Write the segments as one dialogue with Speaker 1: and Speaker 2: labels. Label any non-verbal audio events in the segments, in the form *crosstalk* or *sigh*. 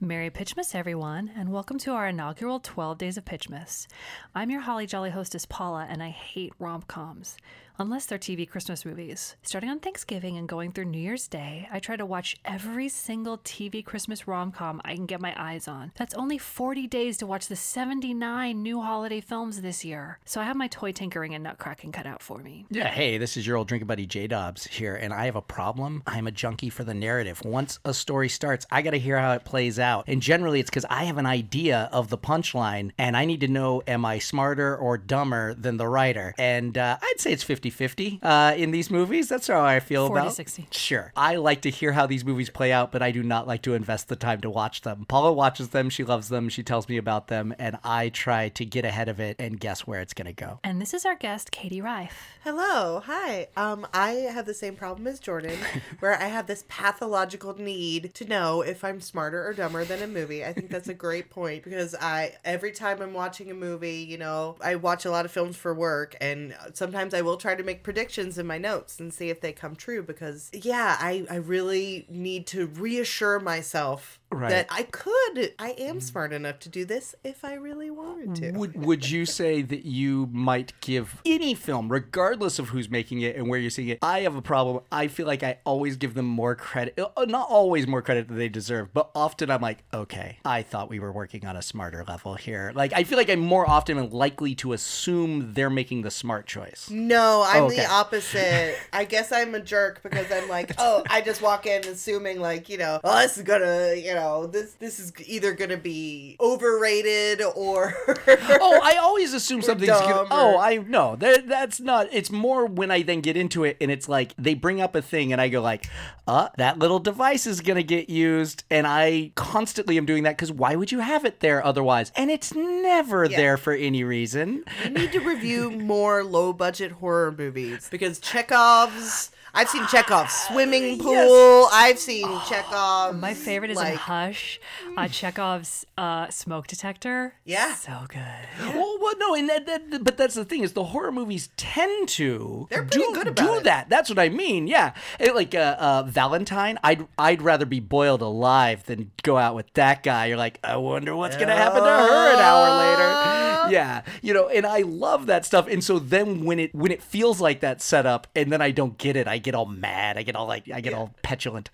Speaker 1: Merry Pitchmas, everyone, and welcome to our inaugural 12 Days of Pitchmas. I'm your Holly Jolly hostess, Paula, and I hate rom coms, unless they're TV Christmas movies. Starting on Thanksgiving and going through New Year's Day, I try to watch every single TV Christmas rom com I can get my eyes on. That's only 40 days to watch the 79 new holiday films this year, so I have my toy tinkering and nutcracking cut out for me.
Speaker 2: Yeah, hey, this is your old drinking buddy J Dobbs here, and I have a problem. I'm a junkie for the narrative. Once a story starts, I got to hear how it plays out. And generally, it's because I have an idea of the punchline, and I need to know am I smarter or dumber than the writer? And uh, I'd say it's 50 50 uh, in these movies. That's how I feel
Speaker 1: 40,
Speaker 2: about
Speaker 1: 60.
Speaker 2: Sure. I like to hear how these movies play out, but I do not like to invest the time to watch them. Paula watches them, she loves them, she tells me about them, and I try to get ahead of it and guess where it's going to go.
Speaker 1: And this is our guest, Katie Reif.
Speaker 3: Hello, hi. Um, I have the same problem as Jordan, where I have this pathological need to know if I'm smarter or dumber than a movie. I think that's a great point because I every time I'm watching a movie, you know, I watch a lot of films for work, and sometimes I will try to make predictions in my notes and see if they come true. Because yeah, I I really need to reassure myself
Speaker 2: Right.
Speaker 3: that I could, I am smart enough to do this if I really wanted to.
Speaker 2: Would would you say that you might give any film, regardless of who's making it and where you're seeing it? I have a problem. I feel like I always give them more credit, uh, not always more credit than they deserve, but often I'm like, okay, I thought we were working on a smarter level here. Like I feel like I'm more often likely to assume they're making the smart choice.
Speaker 3: No, I'm
Speaker 2: Okay.
Speaker 3: the *laughs* opposite. I guess I'm a jerk because I'm *laughs* like, oh, I just walk in assuming like, you know, oh, this is gonna, you know, this this is either gonna be overrated *laughs* or
Speaker 2: oh, I always assume something's
Speaker 3: dumb
Speaker 2: gonna. Oh,
Speaker 3: or-
Speaker 2: I no, that that's not. It's more when I then get into it, and it's like they bring up a thing, and I go like, "Uh, that little device is gonna get used," and I constantly am doing that because why would you have it there otherwise? And it's never there for any reason.
Speaker 3: We need to *laughs* review more low budget horror movies because Chekhov's. I've seen Chekhov's swimming pool. I've seen Chekhov's.
Speaker 1: My favorite is in
Speaker 3: like,
Speaker 1: Hush, uh, Chekhov's uh, smoke detector.
Speaker 3: Yeah.
Speaker 1: so good.
Speaker 2: Well, well, no, and that, that, but that's the thing is the horror movies tend to
Speaker 3: They're pretty
Speaker 2: do,
Speaker 3: good about
Speaker 2: do
Speaker 3: it.
Speaker 2: that. That's what I mean. Yeah, And like uh, uh, Valentine, I'd I'd rather be boiled alive than go out with that guy. You're like, I wonder what's gonna happen to her an hour later. Yeah, you know, and I love that stuff. And so then when it when it feels like that setup, and then I don't get it, I get all mad. I get all like I get all petulant.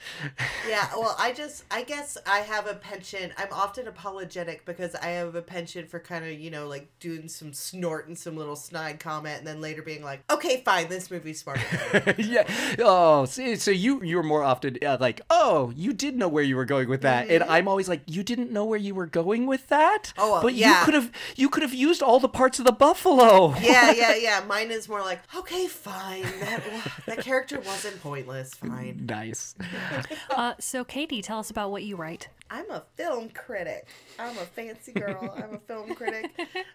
Speaker 3: yeah, well, I just, I guess I have a penchant. I'm often apologetic because I have a penchant for kind of, you know, like doing some snort and some little snide comment and then later being like, okay, fine, this movie's smart.
Speaker 2: *laughs* yeah. Oh, see, so you you're more often uh, like, oh, you did know where you were going with that, and I'm always like, you didn't know where you were going with that.
Speaker 3: Mm-hmm. Oh, uh,
Speaker 2: but
Speaker 3: yeah.
Speaker 2: you could have you could have used all the parts of the buffalo.
Speaker 3: yeah, yeah, yeah. Mine is more like, okay, fine. That, that character wasn't pointless. Fine.
Speaker 2: Nice.
Speaker 1: Uh, so, Katie, tell us about what you write.
Speaker 3: I'm a film critic. I'm a fancy girl. I'm a film critic.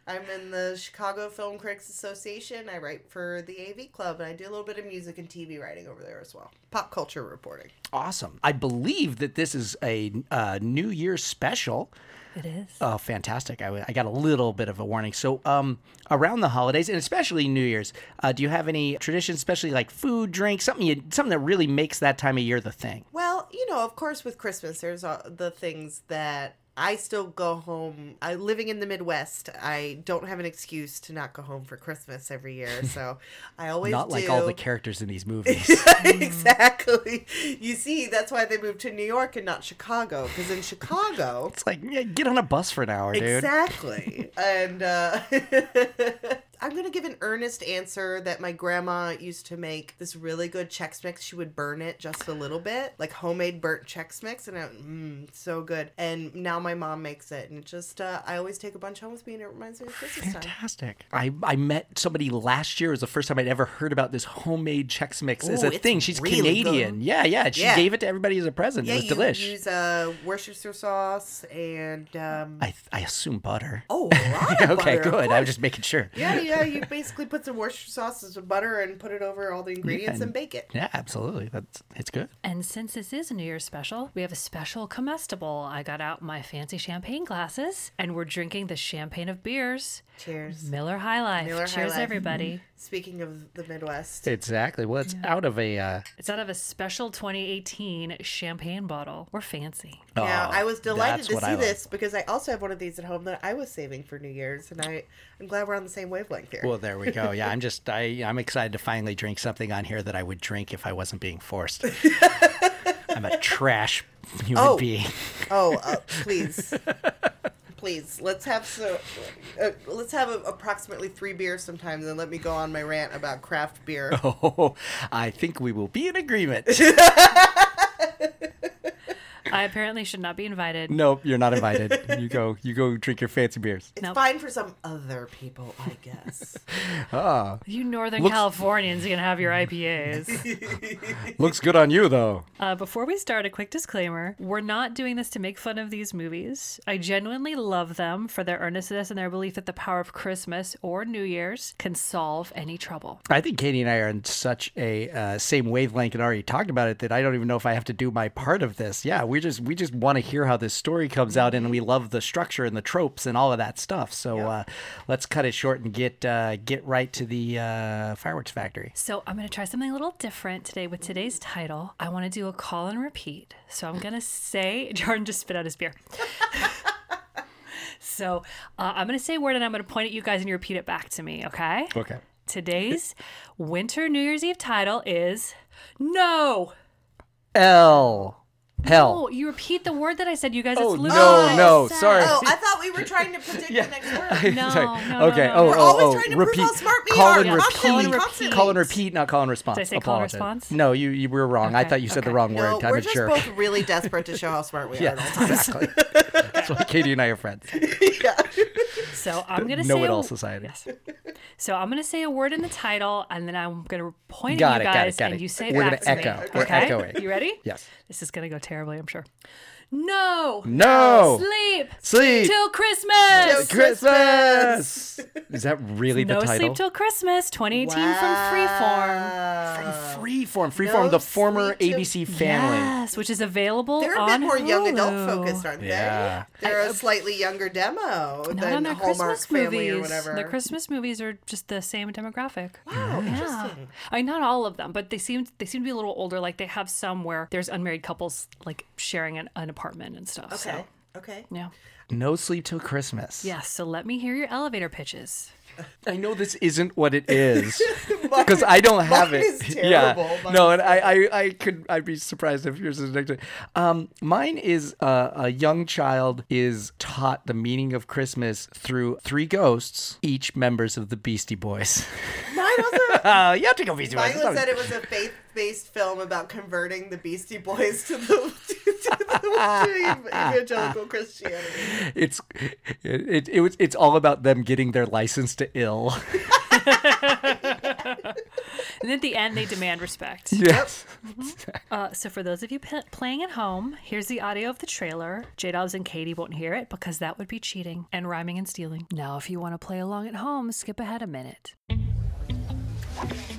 Speaker 3: I'm in the Chicago Film Critics Association. I write for the AV Club, and I do a little bit of music and TV writing over there as well. Pop culture reporting.
Speaker 2: Awesome. I believe that this is a uh, New Year's special.
Speaker 1: It is.
Speaker 2: Oh, fantastic! I, w- I got a little bit of a warning. So, um, around the holidays and especially New Year's, uh, do you have any traditions, especially like food, drink, something you, something that really makes that time of year the thing?
Speaker 3: Well, you know, of course, with Christmas, there's all the things that I still go home. I, living in the Midwest, I don't have an excuse to not go home for Christmas every
Speaker 2: *laughs*
Speaker 3: year. So I always
Speaker 2: Not like
Speaker 3: do. *laughs*
Speaker 2: all the characters in these movies.
Speaker 3: exactly. You see, that's why they moved to New York and not Chicago.
Speaker 2: *laughs*
Speaker 3: Because in Chicago,
Speaker 2: It's like, yeah, get on a bus for an hour, dude.
Speaker 3: exactly. and uh, *laughs* I'm going to give an earnest answer that my grandma used to make this really good Chex Mix. She would burn it just a little bit, like homemade burnt Chex Mix. And I, mm, so good. And now my mom makes it. And it just, uh, I always take a bunch home with me and it reminds me of Christmas time.
Speaker 2: Fantastic. I, I met somebody last year. It was the first time I'd ever heard about this homemade Chex Mix as
Speaker 3: Ooh,
Speaker 2: a
Speaker 3: it's
Speaker 2: thing. She's
Speaker 3: really
Speaker 2: Canadian. Yeah, yeah. She
Speaker 3: Yeah.
Speaker 2: gave it to everybody as a present.
Speaker 3: Yeah,
Speaker 2: it was
Speaker 3: you
Speaker 2: delish.
Speaker 3: use uh, Worcester sauce and um,
Speaker 2: I, I assume butter.
Speaker 3: oh,
Speaker 2: *laughs*
Speaker 3: a lot of
Speaker 2: okay,
Speaker 3: butter, of
Speaker 2: good. I
Speaker 3: course.
Speaker 2: was just making sure.
Speaker 3: Yeah, yeah. You basically put some Worcestershire sauce and some butter and put it over all the ingredients
Speaker 2: and-
Speaker 3: and bake it.
Speaker 2: Yeah, absolutely. That's it's good.
Speaker 1: and since this is a New Year's special, we have a special comestible. I got out my fancy champagne glasses, and we're drinking the champagne of beers.
Speaker 3: Cheers.
Speaker 1: Miller High Life.
Speaker 3: Miller High
Speaker 1: Cheers,
Speaker 3: Life.
Speaker 1: everybody.
Speaker 3: Speaking of the Midwest,
Speaker 2: Exactly. Well, it's out of a. Uh,
Speaker 1: It's out of a special 2018 champagne bottle. We're fancy.
Speaker 3: Now,
Speaker 2: Oh,
Speaker 3: I was delighted
Speaker 2: that's
Speaker 3: to
Speaker 2: what
Speaker 3: see
Speaker 2: I like.
Speaker 3: this because I also have one of these at home that I was saving for New Year's, and I, I'm glad we're on the same wavelength here.
Speaker 2: Well, there we
Speaker 3: *laughs*
Speaker 2: go. Yeah, I'm just I I'm excited to finally drink something on here that I would drink if I wasn't being
Speaker 3: *laughs*
Speaker 2: forced. I'm a trash human
Speaker 3: Oh.
Speaker 2: being.
Speaker 3: Oh,
Speaker 2: *laughs*
Speaker 3: uh, please, please, let's have so, uh, let's have a, approximately three beers sometime, and then let me go on my rant about craft beer.
Speaker 2: Oh, *laughs* I think we will be in *laughs* agreement.
Speaker 1: I apparently should not be invited.
Speaker 2: nope, you're not invited. You go you go drink your fancy beers.
Speaker 3: It's
Speaker 1: Nope.
Speaker 3: fine for some other people, I guess.
Speaker 1: You Northern
Speaker 2: Looks-
Speaker 1: Californians can have your IPAs.
Speaker 2: Looks good on you though.
Speaker 1: uh, before we start, a quick disclaimer. We're not doing this to make fun of these movies. I genuinely love them for their earnestness and their belief that the power of Christmas or New Year's can solve any trouble.
Speaker 2: I think Katie and I are in such a uh, same wavelength and already talked about it that I don't even know if I have to do my part of this. Yeah, we just we just want to hear how this story comes out, and we love the structure and the tropes and all of that stuff. So uh, let's cut it short and get uh, get right to the uh, fireworks factory.
Speaker 1: So I'm going to try something a little different today with today's title. I want to do a call and repeat. So I'm going to say, *laughs* Jordan just spit out his beer. so uh, I'm going to say a word and I'm going to point at you guys and you repeat it back to me, okay?
Speaker 2: Okay.
Speaker 1: Today's winter New Year's Eve title is No.
Speaker 2: L.
Speaker 1: Oh,
Speaker 2: Hell.
Speaker 1: you repeat the word that I said, you guys.
Speaker 2: *laughs* Oh,
Speaker 1: it's Luke.
Speaker 2: no,
Speaker 1: Oh,
Speaker 2: no,
Speaker 1: sad.
Speaker 2: sorry.
Speaker 3: Oh, I thought we were trying to predict the next word.
Speaker 1: No,
Speaker 2: Sorry.
Speaker 1: no, no,
Speaker 2: okay.
Speaker 1: no.
Speaker 2: Oh,
Speaker 1: We're
Speaker 2: oh,
Speaker 3: always
Speaker 2: oh.
Speaker 3: trying to prove
Speaker 2: repeat.
Speaker 3: how smart we
Speaker 2: call
Speaker 3: are.
Speaker 2: And
Speaker 1: Yeah,
Speaker 2: repeat.
Speaker 1: call and repeat.
Speaker 2: Call and repeat, not call and response.
Speaker 1: Did I say call and
Speaker 2: Apologize.
Speaker 1: response?
Speaker 2: No, you, you were wrong. I
Speaker 1: Okay,
Speaker 2: thought you said the
Speaker 1: okay.
Speaker 2: wrong
Speaker 3: No,
Speaker 2: word. I'm
Speaker 3: we're
Speaker 2: a
Speaker 3: just
Speaker 2: jerk.
Speaker 3: both really desperate to show how smart we
Speaker 2: *laughs*
Speaker 3: are.
Speaker 2: Yeah, exactly.
Speaker 3: *laughs*
Speaker 2: *laughs* That's why Katie and I are friends.
Speaker 1: Oh, So I'm gonna say
Speaker 2: Know-it-all
Speaker 1: a-
Speaker 2: society.
Speaker 1: Yes. So I'm gonna say a word in the title, and then I'm gonna point at you
Speaker 2: Got it, got it,
Speaker 1: guys,
Speaker 2: got
Speaker 1: and
Speaker 2: it.
Speaker 1: you say it
Speaker 2: We're
Speaker 1: back
Speaker 2: gonna
Speaker 1: to me.
Speaker 2: echo. We're
Speaker 1: okay?
Speaker 2: echoing.
Speaker 1: You ready?
Speaker 2: Yes.
Speaker 1: This is gonna go terribly, I'm sure. No.
Speaker 2: No.
Speaker 1: Sleep.
Speaker 2: Sleep.
Speaker 1: till Christmas.
Speaker 2: Christmas. Is that really
Speaker 1: No
Speaker 2: the title?
Speaker 1: sleep till Christmas. 2018 from Freeform.
Speaker 2: Freeform, Freeform,
Speaker 3: Uh, No
Speaker 2: the former
Speaker 3: Sleep Till-
Speaker 2: ABC family.
Speaker 1: Yes, which is available
Speaker 3: They're a
Speaker 1: on
Speaker 3: bit more young adult
Speaker 1: Hulu.
Speaker 3: focused, aren't they?
Speaker 2: Yeah.
Speaker 3: They're a slightly younger demo
Speaker 1: Not
Speaker 3: than
Speaker 1: on their
Speaker 3: Hallmark
Speaker 1: Christmas
Speaker 3: Family
Speaker 1: movies.
Speaker 3: or whatever.
Speaker 1: The Christmas movies are just the same demographic.
Speaker 3: Wow,
Speaker 1: Yeah. I mean, not all of them, but they seem they seem to be a little older. Like they have some where there's unmarried couples like sharing an, an apartment and stuff.
Speaker 3: Okay.
Speaker 1: So
Speaker 3: Okay.
Speaker 1: yeah.
Speaker 2: No sleep till Christmas.
Speaker 1: Yeah. So let me hear your elevator pitches.
Speaker 2: I know this isn't what it
Speaker 3: *laughs*
Speaker 2: is because I don't have
Speaker 3: mine
Speaker 2: it.
Speaker 3: is terrible.
Speaker 2: *laughs* Yeah.
Speaker 3: Mine
Speaker 2: No, and I, I, I could, I'd be surprised if yours is next. to- Um, mine is uh, a young child is taught the meaning of Christmas through three ghosts, each members of the Beastie Boys. *laughs*
Speaker 3: Mine was a.
Speaker 2: Uh, you have to go Beastie Boys.
Speaker 3: Mine
Speaker 2: It's not-
Speaker 3: was that it was a faith-based film about converting the Beastie Boys to the, *laughs* to
Speaker 2: *laughs*
Speaker 3: the to evangelical Christianity.
Speaker 2: it's it, it, it was it's all about them getting their license to ill. *laughs*
Speaker 1: And then at the end, they demand
Speaker 3: *laughs*
Speaker 1: respect.
Speaker 2: Yes.
Speaker 1: Uh, so for those of you p- playing at home, here's the audio of the trailer. J Dobbs and Katie won't hear it because that would be cheating and rhyming and stealing. Now, if you want to play along at home, skip ahead a minute.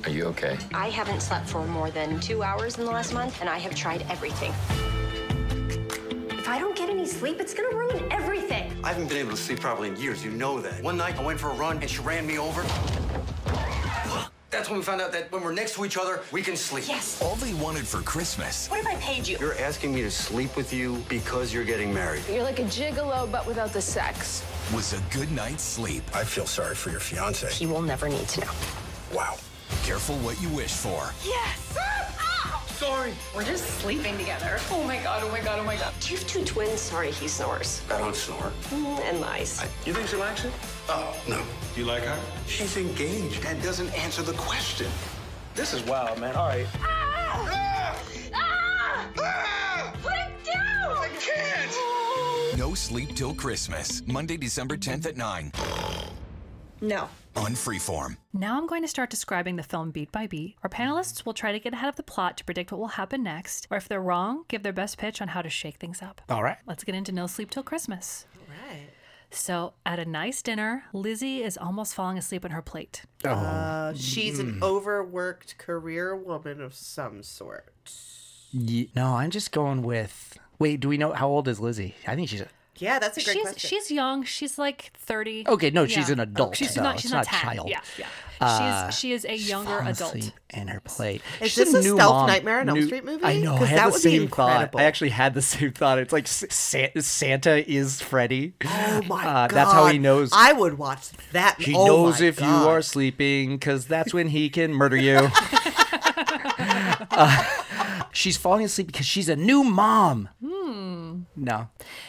Speaker 4: Are you okay?
Speaker 5: I haven't slept for more than two hours in the last month, and I have tried everything. If I don't get any sleep, it's gonna ruin everything.
Speaker 6: I haven't been able to sleep properly in years. You know that. One night I went for a run and she ran me over. *gasps* That's when we found out that when we're next to each other, we can sleep.
Speaker 5: Yes.
Speaker 7: All they wanted for Christmas
Speaker 5: What if I paid you?
Speaker 6: You're asking me to sleep with you because you're getting married.
Speaker 8: You're like a gigolo, but without the sex.
Speaker 7: was a good night's sleep.
Speaker 9: I feel sorry for your fiance.
Speaker 5: He will never need to know.
Speaker 9: Wow.
Speaker 7: Careful what you wish for.
Speaker 5: Yes.
Speaker 6: Sorry.
Speaker 8: We're just sleeping together. Oh my god, oh my god, oh my god.
Speaker 5: Do you have two twins? Sorry, he snores
Speaker 6: I don't snore.
Speaker 5: Mm, and lies.
Speaker 6: You think she likes it? Oh, no.
Speaker 9: You like her?
Speaker 6: She's engaged. That doesn't answer the question. This is wild, man. All right. Ah!
Speaker 7: No sleep till Christmas. Monday, December 10th at 9
Speaker 5: No.
Speaker 7: on Freeform.
Speaker 1: Now I'm going to start describing the film beat by beat. Our panelists will try to get ahead of the plot to predict what will happen next, or if they're wrong, give their best pitch on how to shake things up.
Speaker 2: All right.
Speaker 1: Let's get into No Sleep Till Christmas.
Speaker 3: Right.
Speaker 1: So, at a nice dinner, Lizzie is almost falling asleep on her plate.
Speaker 3: Uh, she's
Speaker 2: Hmm.
Speaker 3: an overworked career woman of some sort.
Speaker 2: Ye- no, I'm just going with. Wait, do we know how old is Lizzie? I think she's
Speaker 3: Yeah, that's a great
Speaker 1: she's
Speaker 3: question.
Speaker 1: she's young. She's like thirty.
Speaker 2: Okay, no, she's an adult,
Speaker 1: She's
Speaker 2: though.
Speaker 1: not.
Speaker 2: It's
Speaker 1: She's
Speaker 2: not
Speaker 1: not,
Speaker 2: a
Speaker 1: 10.
Speaker 2: child. Uh,
Speaker 1: Yeah, yeah. she's she is a younger
Speaker 2: falling
Speaker 1: adult.
Speaker 2: asleep in her plate.
Speaker 3: Is
Speaker 2: She's
Speaker 3: this a
Speaker 2: new
Speaker 3: stealth
Speaker 2: mom.
Speaker 3: Nightmare on Elm
Speaker 2: New-
Speaker 3: Street movie?
Speaker 2: I know. I
Speaker 3: 'Cause
Speaker 2: had
Speaker 3: that
Speaker 2: the
Speaker 3: would be
Speaker 2: same
Speaker 3: incredible.
Speaker 2: thought. I actually had the *laughs* same thought. It's like S- Sa- Santa is Freddy. *laughs*
Speaker 3: oh my
Speaker 2: Uh,
Speaker 3: god,
Speaker 2: That's how he knows.
Speaker 3: I would watch that.
Speaker 2: he
Speaker 3: Oh my
Speaker 2: knows if you
Speaker 3: God.
Speaker 2: are sleeping, because that's when he can murder you.
Speaker 3: *laughs*
Speaker 2: Uh, she's falling asleep because she's a new mom.
Speaker 3: Hmm.
Speaker 2: No,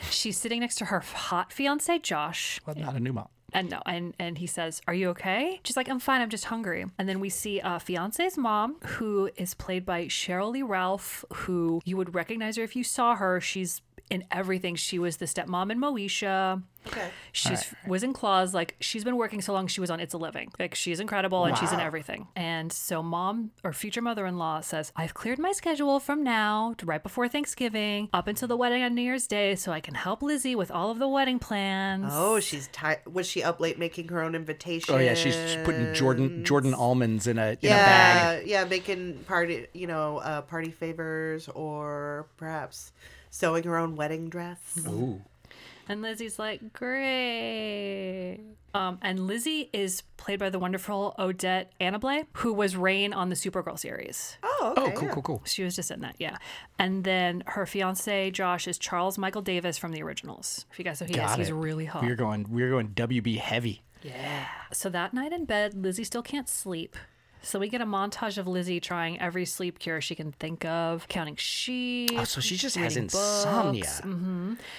Speaker 1: She's sitting next to her hot fiance Josh,
Speaker 2: well, not a new mom.
Speaker 1: and no, and and he says, "Are you okay?" She's like, "I'm fine. I'm just hungry." And then we see uh, fiance's mom, who is played by Cheryl Lee Ralph, who you would recognize her if you saw her. She's in everything. She was the stepmom in Moesha. Okay. She's was in Claws. Like she's been working so long. She was on It's a Living. Like she's incredible and she's in everything. And so mom or future mother-in-law says, "I've cleared my schedule from now to right before Thanksgiving up until the wedding on New Year's Day, so I can help Lizzie with all of the wedding plans."
Speaker 3: Oh, she's tired. Was she up late making her own invitation?
Speaker 2: Oh yeah, she's, she's putting Jordan Jordan almonds in a in a bag.
Speaker 3: Yeah, yeah, making party, you know, uh, party favors, or perhaps sewing her own wedding dress.
Speaker 2: Mm-hmm.
Speaker 1: And Lizzie's like, great. Um, and Lizzie is played by the wonderful Odette Annable, who was Rain on the Supergirl series.
Speaker 3: Oh, okay,
Speaker 2: Cool, cool, cool.
Speaker 1: She was just in that, yeah. And then her fiance Josh is Charles Michael Davis from the originals. If you guys know who he is,
Speaker 2: Got
Speaker 1: he's
Speaker 2: it.
Speaker 1: really hot.
Speaker 2: We're going we're going WB heavy.
Speaker 1: So that night in bed, Lizzie still can't sleep. So we get a montage of Lizzie trying every sleep cure she can think of, counting sheep.
Speaker 2: Oh, so she just has
Speaker 1: reading
Speaker 2: insomnia.
Speaker 1: books.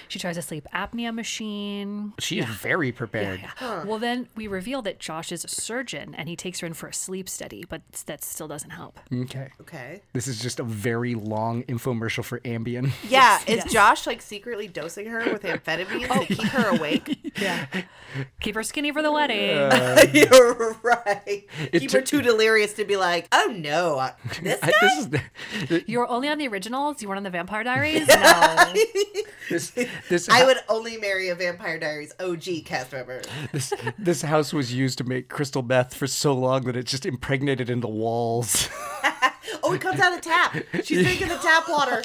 Speaker 1: She tries a sleep apnea machine.
Speaker 2: She is very prepared.
Speaker 1: Well, then we reveal that Josh is a surgeon and he takes her in for a sleep study, but that still doesn't help.
Speaker 2: Okay.
Speaker 3: Okay.
Speaker 2: This is just a very long infomercial for Ambien. *laughs*
Speaker 3: Yeah, is Josh like secretly dosing her with amphetamines to keep
Speaker 2: *laughs*
Speaker 3: her awake? *laughs*
Speaker 1: Yeah. Keep her skinny for the wedding.
Speaker 3: You're right. Keep her
Speaker 2: took-
Speaker 3: too delirious to be like, oh no, I- this
Speaker 2: *laughs* I- this is
Speaker 1: you were only on the originals? You weren't on the Vampire Diaries?
Speaker 2: *laughs*
Speaker 1: No.
Speaker 2: this this
Speaker 3: I would only marry a Vampire Diaries OG cast member.
Speaker 2: this, this house was used to make crystal meth for so long that it just impregnated into walls. *laughs*
Speaker 3: Oh, it comes out of tap. She's drinking the tap water.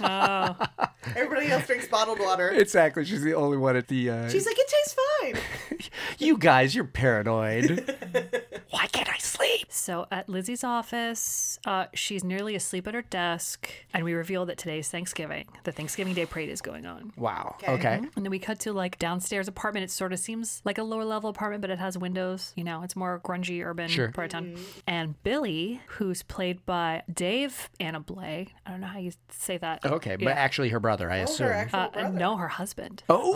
Speaker 3: Everybody else drinks bottled water.
Speaker 2: exactly. She's the only one at the. Uh,
Speaker 3: She's like, it tastes
Speaker 2: *laughs*
Speaker 3: fine.
Speaker 2: you guys, you're paranoid. Why can't I sleep?
Speaker 1: so at Lizzie's office, uh, she's nearly asleep at her desk, and we reveal that today's Thanksgiving. The Thanksgiving Day parade is going on.
Speaker 2: Wow. Okay.
Speaker 1: And then we cut to like downstairs apartment. It sort of seems like a lower level apartment, but it has windows. You know, it's more grungy urban
Speaker 2: Sure. Mm-hmm.
Speaker 1: part of town. And Billy, who's played by Dave Annablay, I don't know how you say that.
Speaker 2: Okay, but
Speaker 1: Yeah.
Speaker 2: actually, her brother, I assume.
Speaker 1: Uh, no, her husband.
Speaker 2: oh,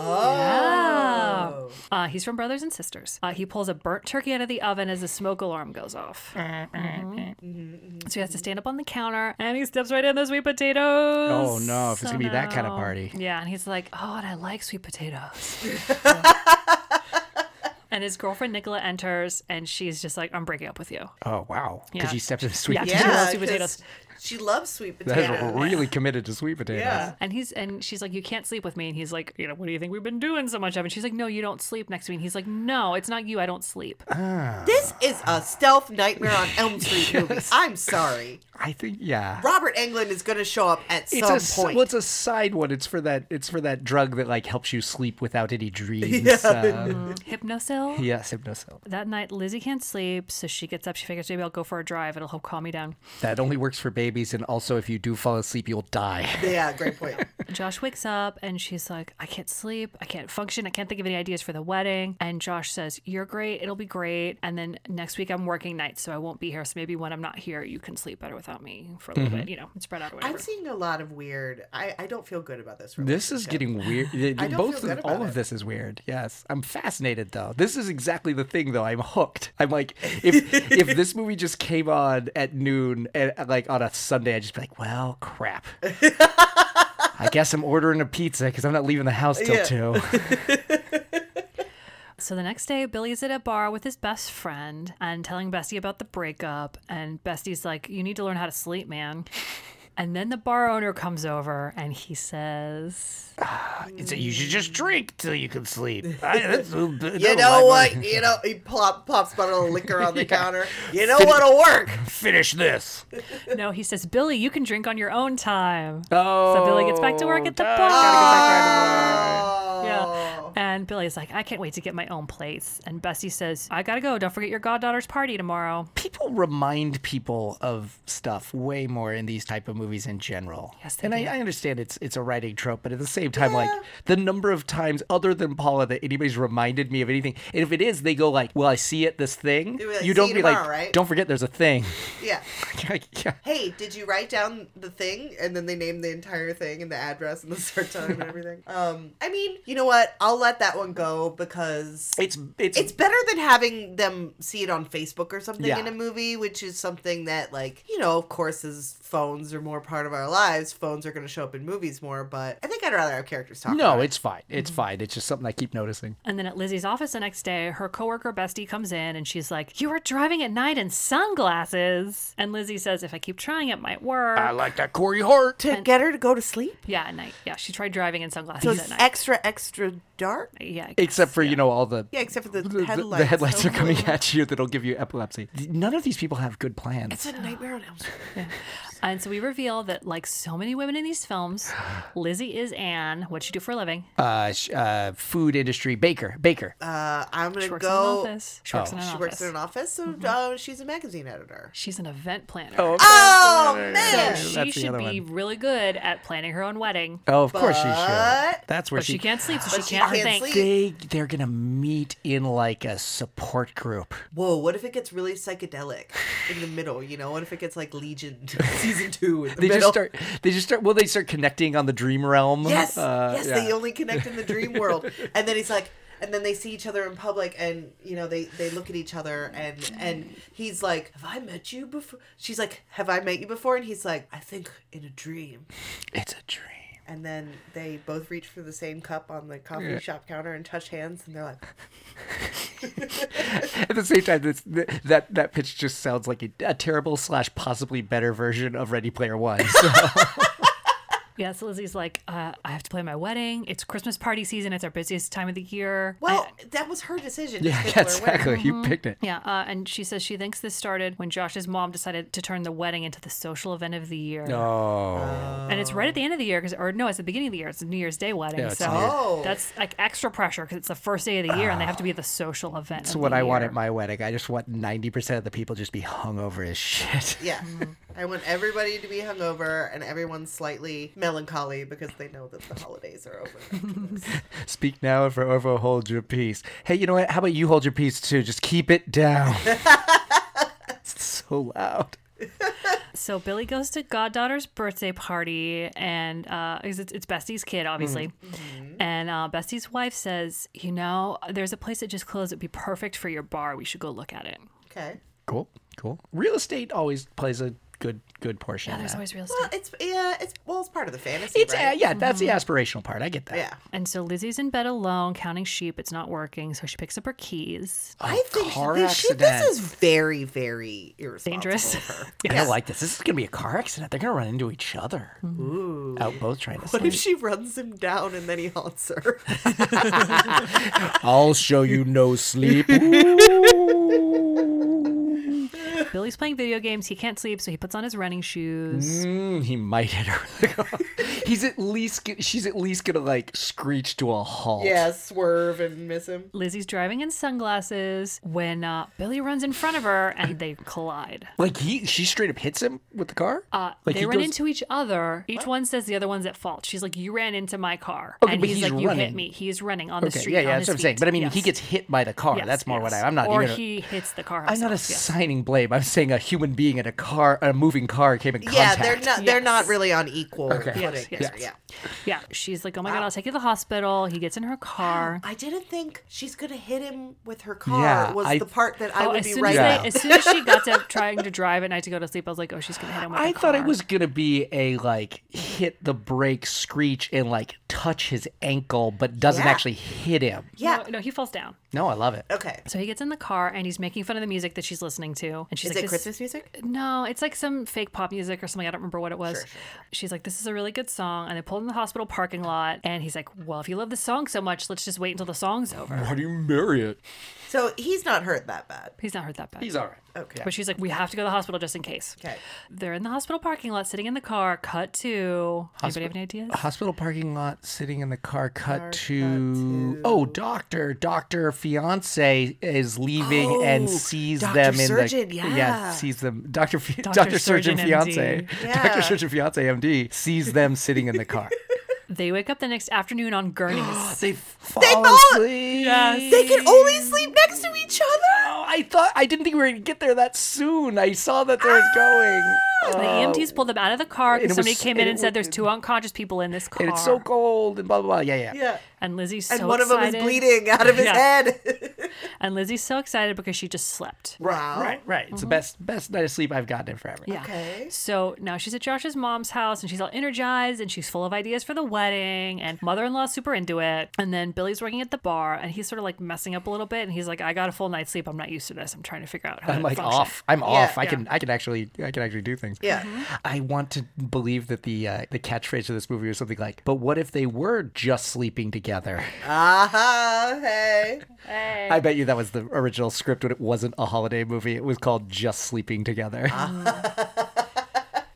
Speaker 1: Oh. Uh, he's from Brothers and Sisters. Uh, he pulls a burnt turkey out of the oven as the smoke alarm goes off. Mm-hmm. So he has to stand up on the counter and he steps right in the sweet potatoes.
Speaker 2: Oh, no, if it's gonna be that kind of party.
Speaker 1: Yeah, and he's like, oh, and I like sweet
Speaker 2: *laughs*
Speaker 1: potatoes. and his girlfriend Nicola enters and she's just like, I'm breaking up with you.
Speaker 2: oh wow! Because
Speaker 1: Yeah.
Speaker 2: he stepped in sweet
Speaker 1: Yeah, 'cause
Speaker 2: potatoes.
Speaker 1: she loves
Speaker 3: Yeah,
Speaker 1: sweet
Speaker 3: 'cause
Speaker 1: potatoes.
Speaker 3: She loves
Speaker 2: *laughs*
Speaker 3: sweet
Speaker 2: That is
Speaker 3: potatoes.
Speaker 2: really committed to sweet potatoes.
Speaker 3: Yeah.
Speaker 1: And he's and she's like, you can't sleep with me. And he's like, you know, what do you think we've been doing so much of? And she's like, no, you don't sleep next to me. And he's like, no, it's not you. I don't sleep.
Speaker 2: Uh-huh.
Speaker 3: This is a stealth Nightmare on Elm *laughs* Street movie. I'm sorry.
Speaker 2: I think yeah.
Speaker 3: Robert Englund is going to show up at
Speaker 2: It's
Speaker 3: some
Speaker 2: a s-
Speaker 3: point.
Speaker 2: well, it's a side one. It's for that. It's for that drug that like helps you sleep without any dreams.
Speaker 3: *laughs*
Speaker 2: Um,
Speaker 1: Hypnosil.
Speaker 2: yes, hypnosil.
Speaker 1: That night, Lizzie can't sleep, so she gets up. She figures maybe I'll go for a drive. It'll help calm me down.
Speaker 2: That only works for babies, and also if you do fall asleep, you'll die.
Speaker 3: *laughs* yeah, great *laughs* point.
Speaker 1: Josh wakes up and she's like, I can't sleep. I can't function. I can't think of any ideas for the wedding. And Josh says, You're great. It'll be great. And then next week, I'm working nights, so I won't be here. So maybe when I'm not here, you can sleep better without me for a little bit, you know, and spread out or whatever.
Speaker 3: I'm seeing a lot of weird. I, I don't feel good about this.
Speaker 2: This is
Speaker 3: relationship.
Speaker 2: getting
Speaker 3: *sighs*
Speaker 2: weird. The- the-
Speaker 3: don't
Speaker 2: Both
Speaker 3: feel
Speaker 2: of,
Speaker 3: good
Speaker 2: all
Speaker 3: about
Speaker 2: of
Speaker 3: it.
Speaker 2: this is weird. Yes, I'm fascinated though. This is exactly the thing though. I'm hooked. I'm like, if if this movie just came on at noon and like on a Sunday, I'd just be like, well,
Speaker 3: *laughs*
Speaker 2: crap. I guess I'm ordering a pizza because I'm not leaving the house till
Speaker 3: Yeah. *laughs*
Speaker 2: two.
Speaker 1: So the next day, Billy's at a bar with his best friend and telling Bestie about the breakup. And Bestie's like, You need to learn how to sleep, man. And then the bar owner comes over and he says,
Speaker 10: It's a, you should just drink till you can sleep. I, that's,
Speaker 3: You know what? You know, he plop, pops a bottle of liquor
Speaker 2: *laughs*
Speaker 3: on the counter. You know what'll work?
Speaker 10: Finish this.
Speaker 1: No, he says, Billy, you can drink on your own time.
Speaker 2: Oh.
Speaker 1: So Billy gets back to work at the bar.
Speaker 3: Oh.
Speaker 1: Yeah. And Billy's like, I can't wait to get my own place. And Bessie says, I gotta go. Don't forget your goddaughter's party tomorrow.
Speaker 2: people remind people of stuff way more in these type of movies in general.
Speaker 1: Yes, they
Speaker 2: and
Speaker 1: do.
Speaker 2: I, I understand it's it's a writing trope, but at the same time, like the number of times other than Paula that anybody's reminded me of anything, and if it is, they go like, "Well, I see it this thing."
Speaker 3: They'll be like,
Speaker 2: you
Speaker 3: "See
Speaker 2: don't
Speaker 3: you
Speaker 2: be like,
Speaker 3: tomorrow, right?"
Speaker 2: "Don't forget, there's a thing." *laughs*
Speaker 3: Yeah.
Speaker 2: Like, yeah.
Speaker 3: Hey, did you write down the thing? And then they name the entire thing and the
Speaker 2: *laughs*
Speaker 3: address and the start time and everything. Um, I mean, you know what? I'll let that one go because
Speaker 2: It's it's
Speaker 3: it's better than having them see it on Facebook or something
Speaker 2: Yeah.
Speaker 3: in a movie, which is something that, like, you know, of course, as phones are more part of our lives, phones are going to show up in movies more. But I think I'd rather have characters talk.
Speaker 2: no,
Speaker 3: about
Speaker 2: it's fine.
Speaker 3: Mm-hmm.
Speaker 2: It's fine. It's just something I keep noticing.
Speaker 1: And then at Lizzie's office the next day, her coworker Bestie comes in and she's like, You are driving at night in sunglasses. And Lizzie says, If I keep trying, it might work.
Speaker 10: I like that Corey Hart.
Speaker 3: to get her to go to sleep.
Speaker 1: yeah, at night. Yeah, she tried driving in
Speaker 3: So
Speaker 1: sunglasses
Speaker 3: it's
Speaker 1: at night.
Speaker 3: extra, extra dark.
Speaker 1: yeah. I guess.
Speaker 2: Except for you know all the
Speaker 3: Yeah, except for the,
Speaker 2: the- the-
Speaker 3: headlights.
Speaker 2: the headlights are
Speaker 3: Oh, *laughs*
Speaker 2: coming at you that'll give you epilepsy. None of these people have good plans.
Speaker 3: It's a nightmare on Elm Street.
Speaker 1: And so we reveal that, like so many women in these films, Lizzie is Anne. What'd she do for a living?
Speaker 2: uh, sh- uh, food industry baker baker.
Speaker 3: Uh, I'm gonna
Speaker 1: She works in an
Speaker 3: go. Oh.
Speaker 1: office. She works in an
Speaker 3: She
Speaker 1: office.
Speaker 3: works in an office, so
Speaker 2: Mm-hmm.
Speaker 3: uh, she's a magazine editor.
Speaker 1: She's an event planner.
Speaker 3: Oh
Speaker 1: so
Speaker 3: man!
Speaker 1: she
Speaker 2: That's the
Speaker 1: should
Speaker 2: other
Speaker 1: be
Speaker 2: one.
Speaker 1: really good at planning her own wedding.
Speaker 2: Oh, of course she
Speaker 3: But-
Speaker 2: should. That's where
Speaker 1: But she,
Speaker 2: she.
Speaker 1: can't sleep, so
Speaker 3: But
Speaker 1: she can't, think.
Speaker 3: sleep.
Speaker 2: They they're gonna meet in like a support group.
Speaker 3: Whoa! What if it gets really psychedelic in the middle? You know, what if it gets like Legion *laughs* season two in the
Speaker 2: They
Speaker 3: middle?
Speaker 2: just start. They just start. Well, they start connecting on the dream realm.
Speaker 3: Yes,
Speaker 2: Uh,
Speaker 3: yes.
Speaker 2: yeah.
Speaker 3: They only connect in the dream world, and then he's like, and then they see each other in public, and you know they they look at each other, and and he's like, "Have I met you before?" She's like, "Have I met you before?" And he's like, "I think in a dream."
Speaker 2: It's a dream.
Speaker 3: And then they both reach for the same cup on the coffee shop counter and touch hands, and they're like,
Speaker 2: At the same time, this, th- that that pitch just sounds like a, a terrible slash possibly better version of Ready Player One. So- *laughs*
Speaker 1: Yeah, so Lizzie's like, uh, I have to plan my wedding. It's Christmas party season. It's our busiest time of the year.
Speaker 3: "Well, that was her
Speaker 2: *laughs*
Speaker 3: decision."
Speaker 2: yeah,
Speaker 3: People
Speaker 2: yeah,
Speaker 3: are wearing-
Speaker 2: exactly. You picked it.
Speaker 1: Yeah, uh, and she says she thinks this started when Josh's mom decided to turn the wedding into the social event of the year.
Speaker 2: Oh,
Speaker 1: And it's right at the end of the year, 'cause- or no, it's the beginning of the year. It's a New Year's Day wedding.
Speaker 2: Yeah, it's
Speaker 1: so
Speaker 2: New Year's-
Speaker 3: Oh.
Speaker 1: that's like extra pressure because it's the first day of the year and they have to be at the social event.
Speaker 2: that's
Speaker 1: of
Speaker 2: what
Speaker 1: the
Speaker 2: I want
Speaker 1: year.
Speaker 2: at my wedding. I just want ninety percent of the people just be hungover as shit.
Speaker 3: Yeah, I want everybody to be hungover and everyone slightly melancholy because they know that the holidays are over.
Speaker 2: Speak now and forever hold your peace. Hey, you know what? How about you hold your peace too? Just keep it
Speaker 3: *laughs*
Speaker 2: down. it's so loud.
Speaker 1: So Billy goes to goddaughter's birthday party, and uh, 'cause it's, it's Bestie's kid, obviously. And uh, Bestie's wife says, "You know, there's a place that just closed. It'd be perfect for your bar. We should go look at it."
Speaker 3: Okay.
Speaker 2: Cool, cool. Real estate always plays a good, good portion. of
Speaker 1: There's
Speaker 2: that.
Speaker 1: always real estate.
Speaker 3: Well, it's yeah, it's well, it's part of the fantasy.
Speaker 2: it's
Speaker 3: right? Mm-hmm.
Speaker 2: uh, yeah, that's the aspirational part. I get that.
Speaker 3: Yeah.
Speaker 1: And so Lizzie's in bed alone, counting sheep. It's not working, so she picks up her
Speaker 3: *laughs*
Speaker 1: keys.
Speaker 3: I think
Speaker 2: car
Speaker 3: this, she- this
Speaker 2: accident.
Speaker 3: is very, very irresponsible.
Speaker 1: Dangerous.
Speaker 3: of her.
Speaker 2: I don't like this. This is gonna be a car accident. They're gonna run into each other. Ooh. Out both trying to
Speaker 3: *laughs* Mm-hmm. What
Speaker 2: sleep.
Speaker 3: if she runs him down and then he
Speaker 2: *laughs*
Speaker 3: haunts her?
Speaker 2: I'll show you no *laughs* sleep.
Speaker 1: Billy's playing video games. He can't sleep, so he puts on his running shoes.
Speaker 2: Mm, he might hit her. With a car. He's at least. g- She's at least gonna like screech to a halt.
Speaker 3: yeah, swerve and miss him.
Speaker 1: Lizzie's driving in sunglasses when uh, Billy runs in front of her, and they collide.
Speaker 2: Like he, she straight up hits him with the car. Uh, like
Speaker 1: they
Speaker 2: he
Speaker 1: run
Speaker 2: goes-
Speaker 1: into each other. Each one says the other one's at fault. She's like, "You ran into my car,"
Speaker 2: Okay,
Speaker 1: and
Speaker 2: but
Speaker 1: he's,
Speaker 2: he's
Speaker 1: like, "You hit
Speaker 2: running.
Speaker 1: me." He is running on the
Speaker 2: Okay,
Speaker 1: street.
Speaker 2: yeah, yeah,
Speaker 1: on
Speaker 2: that's
Speaker 1: his
Speaker 2: what I'm saying.
Speaker 1: feet.
Speaker 2: But I mean,
Speaker 1: Yes.
Speaker 2: he gets hit by the car.
Speaker 1: Yes,
Speaker 2: that's more what
Speaker 1: yes.
Speaker 2: I. I'm not.
Speaker 1: Or
Speaker 2: even,
Speaker 1: he hits the car.
Speaker 2: I'm not
Speaker 1: himself, yes.
Speaker 2: assigning blame. I'm saying a human being and a car, a moving car, came in
Speaker 3: Yeah,
Speaker 2: contact.
Speaker 3: they're not. They're
Speaker 1: Yes.
Speaker 3: not really on equal
Speaker 2: Okay.
Speaker 3: footing.
Speaker 1: Yes, yes,
Speaker 3: cancer. Yeah.
Speaker 1: Yeah. She's like, oh my God, I'll take you to the hospital. He gets in her car.
Speaker 3: I didn't think she's gonna hit him with her car.
Speaker 2: Yeah,
Speaker 3: was
Speaker 2: I-
Speaker 3: the part that I
Speaker 1: Oh,
Speaker 3: would
Speaker 1: as
Speaker 3: be
Speaker 1: soon as,
Speaker 3: right.
Speaker 2: Yeah.
Speaker 1: I, as soon as she got to trying to drive at night to go to sleep, I was like, oh, she's going to hit him with
Speaker 2: I
Speaker 1: the
Speaker 2: thought it
Speaker 1: car.
Speaker 2: was gonna be a like hit the brake screech and like touch his ankle, but doesn't
Speaker 3: Yeah.
Speaker 2: actually hit him.
Speaker 3: Yeah.
Speaker 1: No, no, he falls down.
Speaker 2: No, I love it.
Speaker 3: Okay.
Speaker 1: So he gets in the car and he's making fun of the music that she's listening to. And she's
Speaker 3: Is
Speaker 1: like, this-
Speaker 3: it Christmas music?
Speaker 1: No, it's like some fake pop music or something. I don't remember what it was. She's like, this is a really good song. And they pulled in the hospital parking lot. And he's like, well, if you love this song so much, let's just wait until the song's over.
Speaker 2: How do you marry it?
Speaker 3: So he's not hurt that bad.
Speaker 1: He's not hurt that bad.
Speaker 2: He's all right.
Speaker 3: Okay.
Speaker 1: But she's like, we have to go to the hospital just in case.
Speaker 3: Okay.
Speaker 1: They're in the hospital parking lot, sitting in the car. Cut to. Anybody have any ideas?
Speaker 2: Hospital parking lot, sitting in the car. Cut, to, oh, doctor, doctor, fiance is leaving and sees
Speaker 3: Dr.
Speaker 2: them in
Speaker 3: Oh, Surgeon,
Speaker 2: the
Speaker 3: yeah.
Speaker 2: sees them. Doctor, doctor,
Speaker 1: Surgeon,
Speaker 2: surgeon, fiance,
Speaker 1: MD.
Speaker 3: Yeah.
Speaker 2: doctor, surgeon, fiance, MD sees them sitting in the
Speaker 3: *laughs*
Speaker 2: car.
Speaker 1: They wake up the next afternoon on
Speaker 3: *gasps*
Speaker 1: gurneys.
Speaker 2: they fall
Speaker 3: both-
Speaker 2: asleep.
Speaker 3: They can only sleep next to each other.
Speaker 2: Oh, I thought I didn't think we were gonna get there that soon. I saw that there was
Speaker 3: Ah!
Speaker 2: going.
Speaker 1: the EMTs pulled them out of the car
Speaker 2: and
Speaker 1: because
Speaker 2: it
Speaker 1: somebody
Speaker 2: was-
Speaker 1: came in
Speaker 2: and
Speaker 1: and
Speaker 2: it
Speaker 1: said,
Speaker 2: was-
Speaker 1: "There's two unconscious people in this car."
Speaker 2: And it's so cold and blah blah blah. Yeah, yeah.
Speaker 3: Yeah.
Speaker 1: And Lizzie's
Speaker 3: And
Speaker 1: so
Speaker 3: one of
Speaker 1: excited.
Speaker 3: them is
Speaker 1: *laughs*
Speaker 3: bleeding out of his
Speaker 1: Yeah.
Speaker 3: head.
Speaker 1: And Lizzie's so excited because she just slept.
Speaker 3: *laughs* wow.
Speaker 2: Right, right. It's the
Speaker 3: Mm-hmm.
Speaker 2: best best night of sleep I've gotten in forever.
Speaker 1: Yeah.
Speaker 3: Okay.
Speaker 1: So now she's at Josh's mom's house and she's all energized and she's full of ideas for the wedding and mother-in-law's super into it. And then Billy's working at the bar and he's sort of like messing up a little bit and he's like, "I got a full night's sleep. I'm not used to this. I'm trying to figure out how
Speaker 2: I'm
Speaker 1: to
Speaker 2: like
Speaker 1: function."
Speaker 2: off. I'm off. I
Speaker 3: yeah.
Speaker 2: can I can actually I can actually do things.
Speaker 3: Yeah.
Speaker 2: I want to believe that the uh, the catchphrase of this movie was something like, "But what if they were just sleeping together?"
Speaker 3: Aha. Uh-huh, Hey.
Speaker 2: I bet you that was the original script when it wasn't a holiday movie. It was called Just Sleeping Together.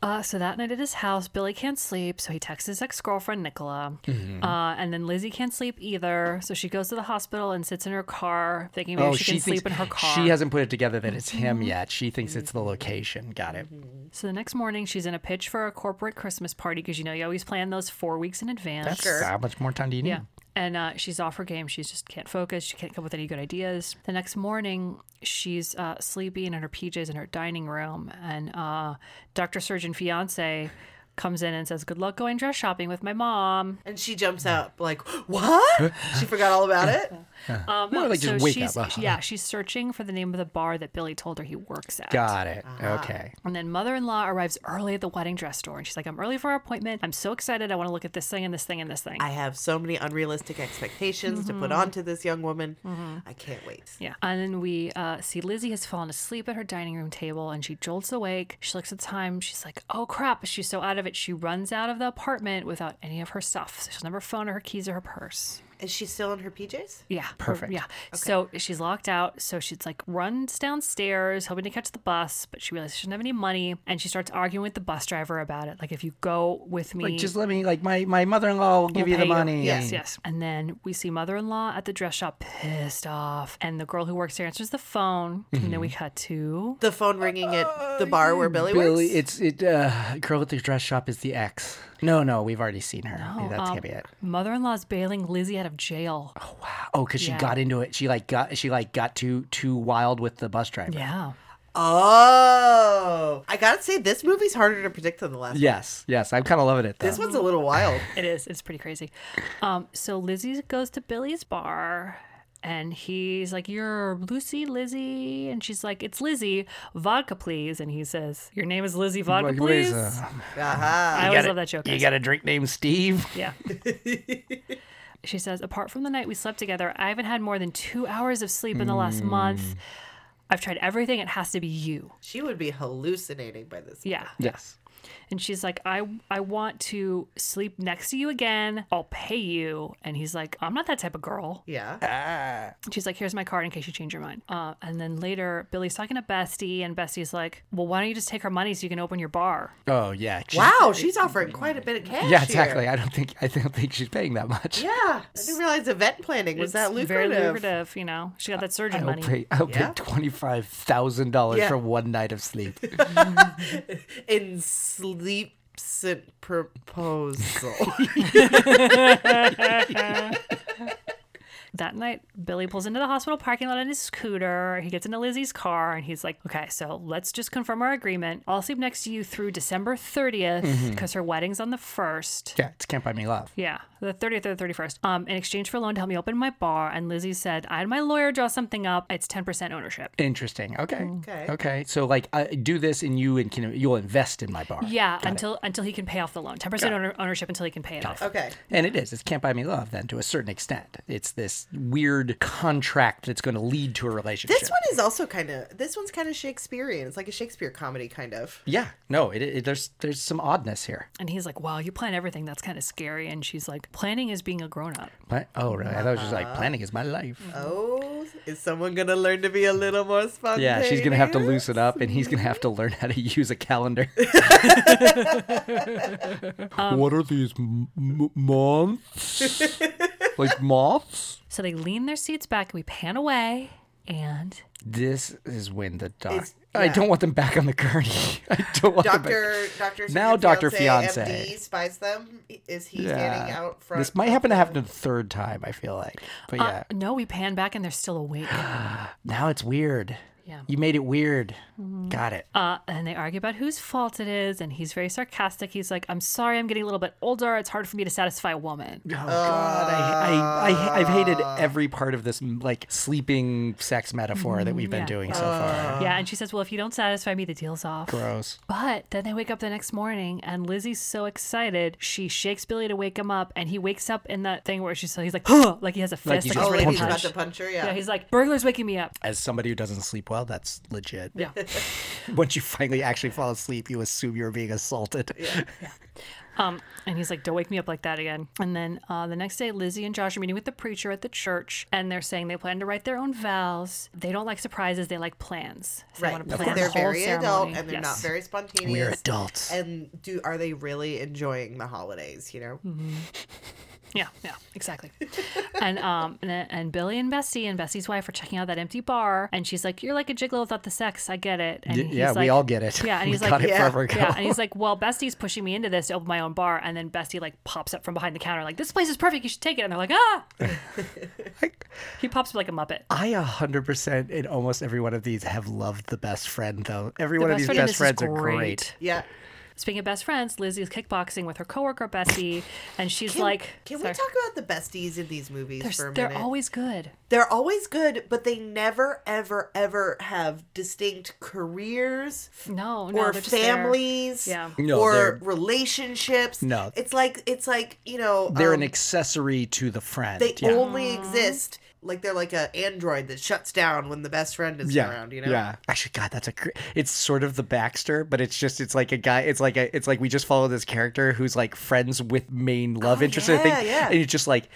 Speaker 1: Uh, so that night at his house, Billy can't sleep, so he texts his ex girlfriend, Nicola.
Speaker 2: Mm-hmm.
Speaker 1: Uh, and then Lizzie can't sleep either, so she goes to the hospital and sits in her car, thinking maybe she, can
Speaker 2: Oh, thinks-
Speaker 1: sleep in her car.
Speaker 2: She hasn't put it together that it's him yet. She thinks it's the location. Got it.
Speaker 1: so the next morning, she's in a pitch for a corporate Christmas party because you know you always plan those four weeks in advance.
Speaker 2: That's how much more time do you need?
Speaker 1: Yeah. And uh, she's off her game. She just can't focus. She can't come up with any good ideas. The next morning, she's uh, sleepy and in her PJs in her dining room. And uh, Dr. Surgeon Fiance comes in and says, Good luck going dress shopping with my mom.
Speaker 3: And she jumps up like, what?
Speaker 2: *laughs*
Speaker 3: she forgot all about it. *laughs*
Speaker 1: Um,
Speaker 2: More like just wake
Speaker 1: she's,
Speaker 2: up. *laughs*
Speaker 1: Yeah, she's searching for the name of the bar that Billy told her he works at.
Speaker 2: Got it. Okay.
Speaker 1: And then mother in law arrives early at the wedding dress store and she's like, I'm early for our appointment. I'm so excited. I want to look at this thing and this thing and this thing.
Speaker 3: I have so many unrealistic expectations to put onto this young woman. I can't wait.
Speaker 1: Yeah. And then we uh, see Lizzie has fallen asleep at her dining room table and she jolts awake. She looks at the time. She's like, oh crap. She's so out of it. She runs out of the apartment without any of her stuff. So she doesn't have her phone or her keys or her purse.
Speaker 3: Is she still in her PJs?
Speaker 1: Yeah. or-
Speaker 2: Perfect.
Speaker 1: Yeah. So she's locked out. So she's like runs downstairs, hoping to catch the bus, but she realizes she doesn't have any money. And she starts arguing with the bus driver about it. Like, if you go with me,
Speaker 2: Like, just let me, like, my, my mother in law will give you
Speaker 1: pay
Speaker 2: the money.
Speaker 1: Yes, yes. And then we see mother in law at the dress shop pissed off. And the girl who works there answers the phone. And then
Speaker 2: Mm-hmm.
Speaker 1: we cut to.
Speaker 3: The phone ringing at the bar where Billy,
Speaker 2: Billy,
Speaker 3: works.
Speaker 2: it's, it, uh, girl at the dress shop is the ex. No, no, we've already seen her. That can't be it.
Speaker 1: Mother in law's bailing Lizzie out of jail.
Speaker 2: Oh, cause
Speaker 1: yeah.
Speaker 2: she got into it. She like got, she like got too, too wild with the bus driver.
Speaker 1: Yeah.
Speaker 3: Oh, I gotta say this movie's harder to predict than the last. one.
Speaker 2: Yes. Yes. I'm kind of loving it though.
Speaker 3: This one's a little wild.
Speaker 1: It is. It's pretty crazy. Um, so Lizzie goes to Billy's bar and he's like, You're Lucy Lizzie. And she's like, It's Lizzie. Vodka, please. And he says, Your name is Lizzie Vodka,
Speaker 2: Like, what
Speaker 1: please.
Speaker 2: is, uh,
Speaker 3: Uh-huh.
Speaker 1: I
Speaker 2: you
Speaker 1: always
Speaker 2: got
Speaker 1: love
Speaker 2: a-
Speaker 1: that joke.
Speaker 2: You got a drink named Steve?
Speaker 1: Yeah. *laughs* she says, apart from the night we slept together, I haven't had more than two hours of sleep in the last
Speaker 2: Hmm.
Speaker 1: month. I've tried everything. It has to be you.
Speaker 3: She would be hallucinating by this.
Speaker 1: Yeah.
Speaker 2: Yes.
Speaker 1: And she's like, I, I want to sleep next to you again. I'll pay you. And he's like, I'm not that type of girl.
Speaker 3: Yeah.
Speaker 1: She's like, here's my card in case you change your mind. Uh, and then later, Billy's talking to Bestie, and Bestie's like, well, why don't you just take her money so you can open your bar?
Speaker 2: Oh yeah. She's-
Speaker 3: Wow, she's offering quite a bit of cash.
Speaker 2: Yeah,
Speaker 3: here.
Speaker 2: exactly. I don't think I don't think she's paying that much.
Speaker 3: Yeah, I didn't realize event planning was that
Speaker 1: It's
Speaker 3: lucrative.
Speaker 1: Very lucrative, you know. She got that surgeon
Speaker 2: I'll
Speaker 1: money.
Speaker 2: pay, I'll
Speaker 3: Yeah.
Speaker 2: pay twenty five thousand dollars
Speaker 3: Yeah.
Speaker 2: for one night of sleep.
Speaker 3: In sleeps and
Speaker 2: *laughs*
Speaker 3: proposal.
Speaker 1: That night, Billy pulls into the hospital parking lot in his scooter. He gets into Lizzie's car and he's like, okay, so let's just confirm our agreement. I'll sleep next to you through December 30th because her wedding's on the 1st.
Speaker 2: Yeah, it's Can't Buy Me Love.
Speaker 1: Yeah, the 30th or the 31st. Um, in exchange for a loan to help me open my bar. And Lizzie said, I had my lawyer draw something up. It's 10% ownership.
Speaker 2: Interesting. Okay.
Speaker 3: Okay.
Speaker 2: Okay. So like, I do this, and you and can you'll invest in my bar.
Speaker 1: Yeah, until until he can pay off the loan. 10% owner, ownership until he can pay it off.
Speaker 3: Okay.
Speaker 2: And it is. It's Can't Buy Me Love. Then, to a certain extent, it's this weird contract that's going to lead to a relationship.
Speaker 3: This one is also kind of this one's kind of Shakespearean. It's like a Shakespeare comedy kind of.
Speaker 2: Yeah. No. It, it there's there's some oddness here.
Speaker 1: And he's like, wow, you plan everything. That's kind of scary. And she's like, planning is being a grown up.
Speaker 2: Pla- oh really? I thought it was just
Speaker 3: Uh,
Speaker 2: like planning is my life.
Speaker 3: Oh, is someone gonna learn to be a little more
Speaker 2: Yeah,
Speaker 3: spontaneous?
Speaker 2: she's gonna have to loosen up, and he's gonna have to learn how to use a
Speaker 3: *laughs*
Speaker 2: calendar. what are these m- m- months? like moths?
Speaker 1: So they lean their seats back and we pan away. And
Speaker 2: This is when the doc.
Speaker 3: It's-
Speaker 2: I
Speaker 3: yeah.
Speaker 2: don't want them back on the gurney. *laughs* I don't want them
Speaker 3: Doctor,
Speaker 2: back.
Speaker 3: Doctor.
Speaker 2: Now, Doctor Fiance.
Speaker 3: MD spies them. Is he standing out front?
Speaker 2: This might
Speaker 3: of
Speaker 2: happen to
Speaker 3: the-
Speaker 2: happen the third time. I feel like, but
Speaker 1: uh,
Speaker 2: yeah,
Speaker 1: no, we pan back and they're still awake.
Speaker 2: now it's weird.
Speaker 1: Yeah.
Speaker 2: you made it weird. Got it.
Speaker 1: Uh, and they argue about whose fault it is. And he's very sarcastic. He's like, I'm sorry, I'm getting a little bit older. It's hard for me to satisfy a woman.
Speaker 2: Oh Ah. God, I, I, I, I've hated every part of this like sleeping sex metaphor that we've been
Speaker 1: yeah.
Speaker 2: doing so far.
Speaker 1: yeah. And she says, Well, if you don't satisfy me, the deal's off.
Speaker 2: Gross.
Speaker 1: But then they wake up the next morning, and Lizzie's so excited. She shakes Billy to wake him up, and he wakes up in that thing where she's he's like, *gasps* huh, like he has a fist, like he's
Speaker 2: Like he's just
Speaker 3: Oh,
Speaker 1: ready
Speaker 3: like
Speaker 1: to
Speaker 3: he's about
Speaker 1: punch.
Speaker 3: to punch her. Yeah.
Speaker 1: Yeah, he's like, burglar's waking me up.
Speaker 2: As somebody who doesn't sleep well, that's legit.
Speaker 1: Yeah.
Speaker 2: *laughs* Once you finally actually fall asleep, you assume you're being assaulted. *laughs*
Speaker 1: Um, and he's like, don't wake me up like that again. And then uh, the next day, Lizzie and Josh are meeting with the preacher at the church, and they're saying they plan to write their own vows. They don't like surprises; they like plans. So They
Speaker 3: right.
Speaker 1: want to plan
Speaker 3: they're
Speaker 1: the whole
Speaker 3: very
Speaker 1: ceremony.
Speaker 3: adult and they're not
Speaker 1: Yes.
Speaker 3: very spontaneous.
Speaker 2: We're adults.
Speaker 3: And do are they really enjoying the holidays? You know.
Speaker 1: Mm-hmm. Yeah, yeah, exactly. and um, and, and Billy and Bessie and Bessie's wife are checking out that empty bar, and she's like, "You're like a gigolo without the sex. I get it." And
Speaker 2: Y- yeah,
Speaker 1: he's
Speaker 2: we
Speaker 1: like-
Speaker 2: all get it.
Speaker 1: Yeah, and
Speaker 2: We
Speaker 1: he's
Speaker 2: got
Speaker 1: like,
Speaker 2: it
Speaker 1: yeah.
Speaker 2: forever ago.
Speaker 1: and he's like, "Well, Bestie's pushing me into this to open my own bar," and then Bestie like pops up from behind the counter, like, "This place is perfect. You should take it." And they're like, "Ah!" he pops up like a muppet.
Speaker 2: *laughs* I 100% in almost every one of these have loved the best friend, though. Every one of
Speaker 1: best
Speaker 2: these
Speaker 1: friend in
Speaker 2: best
Speaker 1: this is
Speaker 2: friends are great.
Speaker 1: great.
Speaker 3: Yeah.
Speaker 1: Speaking of best friends, Lizzie's kickboxing with her coworker Bessie, and she's
Speaker 3: Can-
Speaker 1: like,
Speaker 3: can
Speaker 1: Sorry.
Speaker 3: we talk about the besties in these movies
Speaker 1: They're,
Speaker 3: for a
Speaker 1: they're
Speaker 3: minute?
Speaker 1: always good.
Speaker 3: They're always good, but they never, ever, ever have distinct careers
Speaker 1: No, no,
Speaker 3: or
Speaker 1: they're just there.
Speaker 3: families
Speaker 1: Yeah.
Speaker 2: No,
Speaker 3: or
Speaker 2: they're-
Speaker 3: relationships.
Speaker 2: No.
Speaker 3: It's like it's like, you know,
Speaker 2: They're
Speaker 3: um,
Speaker 2: an accessory to the friend.
Speaker 3: they
Speaker 2: yeah.
Speaker 3: only exist like they're like a android that shuts down when the best friend is
Speaker 2: yeah.
Speaker 3: around, you know?
Speaker 2: Yeah. Actually, God, that's a. Cr- it's sort of the Baxter, but it's just it's like a guy. It's like a. It's like we just follow this character who's like friends with main love interest. I
Speaker 3: Oh, yeah,
Speaker 2: think,
Speaker 3: yeah.
Speaker 2: and it's just like,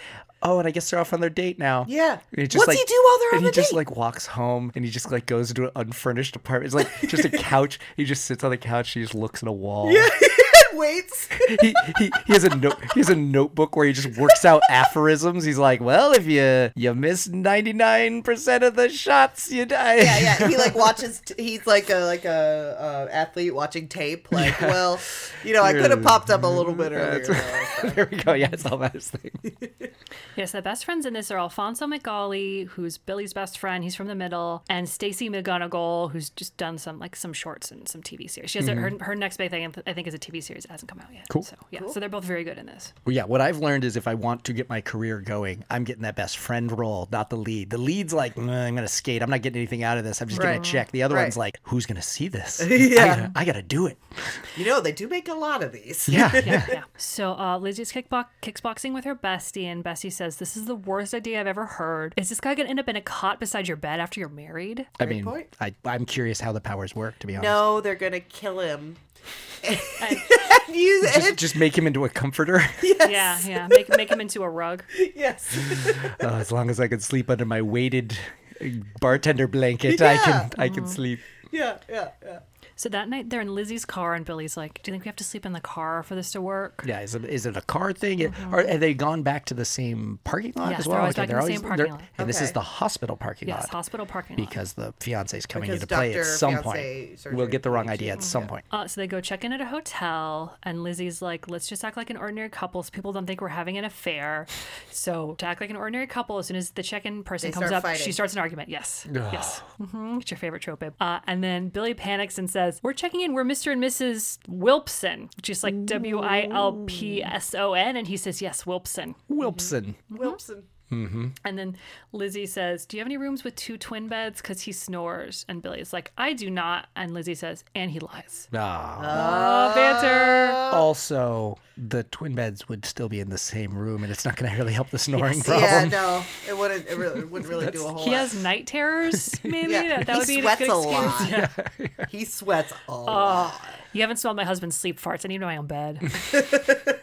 Speaker 2: oh, and I guess they're off on their date now.
Speaker 3: Yeah.
Speaker 2: And it
Speaker 3: What's he do while they're on
Speaker 2: and
Speaker 3: the
Speaker 2: he just
Speaker 3: date?
Speaker 2: like walks home and he just like goes into an unfurnished apartment. It's like
Speaker 3: *laughs*
Speaker 2: just a couch. He just sits on the couch. He just looks at a wall. Yeah. *laughs*
Speaker 3: Waits.
Speaker 2: he, he, he has a note he has a notebook where he just works out aphorisms. He's like, well, if you you miss ninety nine percent of the shots, you die.
Speaker 3: Yeah, yeah. He like watches. T- he's like a like a uh, athlete watching tape. Like, well, you know, I could have popped up a little bit earlier.
Speaker 2: *laughs*
Speaker 3: though.
Speaker 2: there we go. Yeah, it's all about his thing.
Speaker 1: Yes, the best friends in this are Alfonso McGauley, who's Billy's best friend. He's from the middle, and Stacy McGonigal, who's just done some like some shorts and some TV series. She has a- her, her next big thing, I think, is a TV series that hasn't come out yet. Cool. So yeah, so they're both very good in this.
Speaker 2: Well, yeah, what I've learned is if I want to get my career going, I'm getting that best friend role, not the lead. The lead's like, "Nah, I'm going to skate. I'm not getting anything out of this. I'm just going
Speaker 3: Right.
Speaker 2: to check. The other
Speaker 3: Right.
Speaker 2: one's like, who's going to see
Speaker 3: *laughs*
Speaker 2: this?
Speaker 3: Yeah.
Speaker 2: I got to do it.
Speaker 3: You know, they do make a lot of these.
Speaker 2: Yeah.
Speaker 1: yeah, yeah. *laughs* So uh, Lizzie's kickbox kickboxing with her bestie, and Bessie says, "This is the worst idea I've ever heard. Is this guy gonna end up in a cot beside your bed after you're married?"
Speaker 2: I mean,
Speaker 3: point.
Speaker 2: I, I'm curious how the powers work, to be honest.
Speaker 3: No, they're gonna kill him. and *laughs* you,
Speaker 2: Just,
Speaker 3: and-
Speaker 2: just make him into a comforter. *laughs*
Speaker 1: Yeah, yeah. Make make him into a rug.
Speaker 3: yes. *laughs*
Speaker 2: Oh, as long as I can sleep under my weighted uh, bartender blanket, I
Speaker 3: Yeah.
Speaker 1: Mm-hmm.
Speaker 2: can I can sleep.
Speaker 3: yeah, yeah, yeah.
Speaker 1: So that night they're in Lizzie's car, and Billy's like, "Do you think we have to sleep in the car for this to work?"
Speaker 2: Yeah, is it is it a car thing? Are, have they gone back to the same parking
Speaker 1: Mm-hmm.
Speaker 2: lot
Speaker 1: Yes,
Speaker 2: as
Speaker 1: they're
Speaker 2: well?
Speaker 1: always back in the same parking
Speaker 2: they're-
Speaker 1: lot.
Speaker 2: And this
Speaker 1: Okay.
Speaker 2: is the hospital parking
Speaker 1: Yes,
Speaker 2: lot.
Speaker 1: hospital parking lot.
Speaker 2: Because the fiance's coming
Speaker 1: Because
Speaker 2: into play
Speaker 1: doctor,
Speaker 2: at some
Speaker 1: fiancé
Speaker 2: point.
Speaker 1: surgery.
Speaker 2: We'll get the wrong idea at some point.
Speaker 1: Uh, so they go check in at a hotel, and Lizzie's like, let's just act like an ordinary couple so people don't think we're having an affair. So, to act like an ordinary couple, as soon as the check in person
Speaker 3: They
Speaker 1: comes
Speaker 3: start
Speaker 1: up, she
Speaker 3: fighting.
Speaker 1: starts an argument. Yes.
Speaker 3: Ugh.
Speaker 1: yes. hmm It's your favorite trope, babe. Uh, and then Billy panics and says, We're checking in. We're Mr. and Mrs. Wilpson, which is like W I L P S O N. And he says, Yes, Wilpson.
Speaker 2: Wilpson.
Speaker 3: Wilson.
Speaker 2: Mm-hmm.
Speaker 1: And then Lizzie says, Do you have any rooms with two twin beds? Because he snores. And Billy is like, I do not. And Lizzie says, And he lies.
Speaker 2: Ah.
Speaker 1: Oh, banter.
Speaker 2: Also, the twin beds would still be in the same room, and it's not going to really help the snoring problem.
Speaker 3: Yeah, no, it wouldn't. It, really, it wouldn't really do a whole
Speaker 1: He
Speaker 3: lot.
Speaker 1: has night terrors, maybe?
Speaker 3: *laughs* Yeah.
Speaker 1: That, that
Speaker 3: He
Speaker 1: would be
Speaker 3: sweats
Speaker 1: a good
Speaker 3: a
Speaker 1: excuse.
Speaker 3: lot.
Speaker 1: Yeah.
Speaker 2: *laughs*
Speaker 3: *laughs* he sweats a
Speaker 1: Oh,
Speaker 3: lot.
Speaker 1: you haven't smelled my husband's sleep farts. I need my own bed.
Speaker 3: *laughs*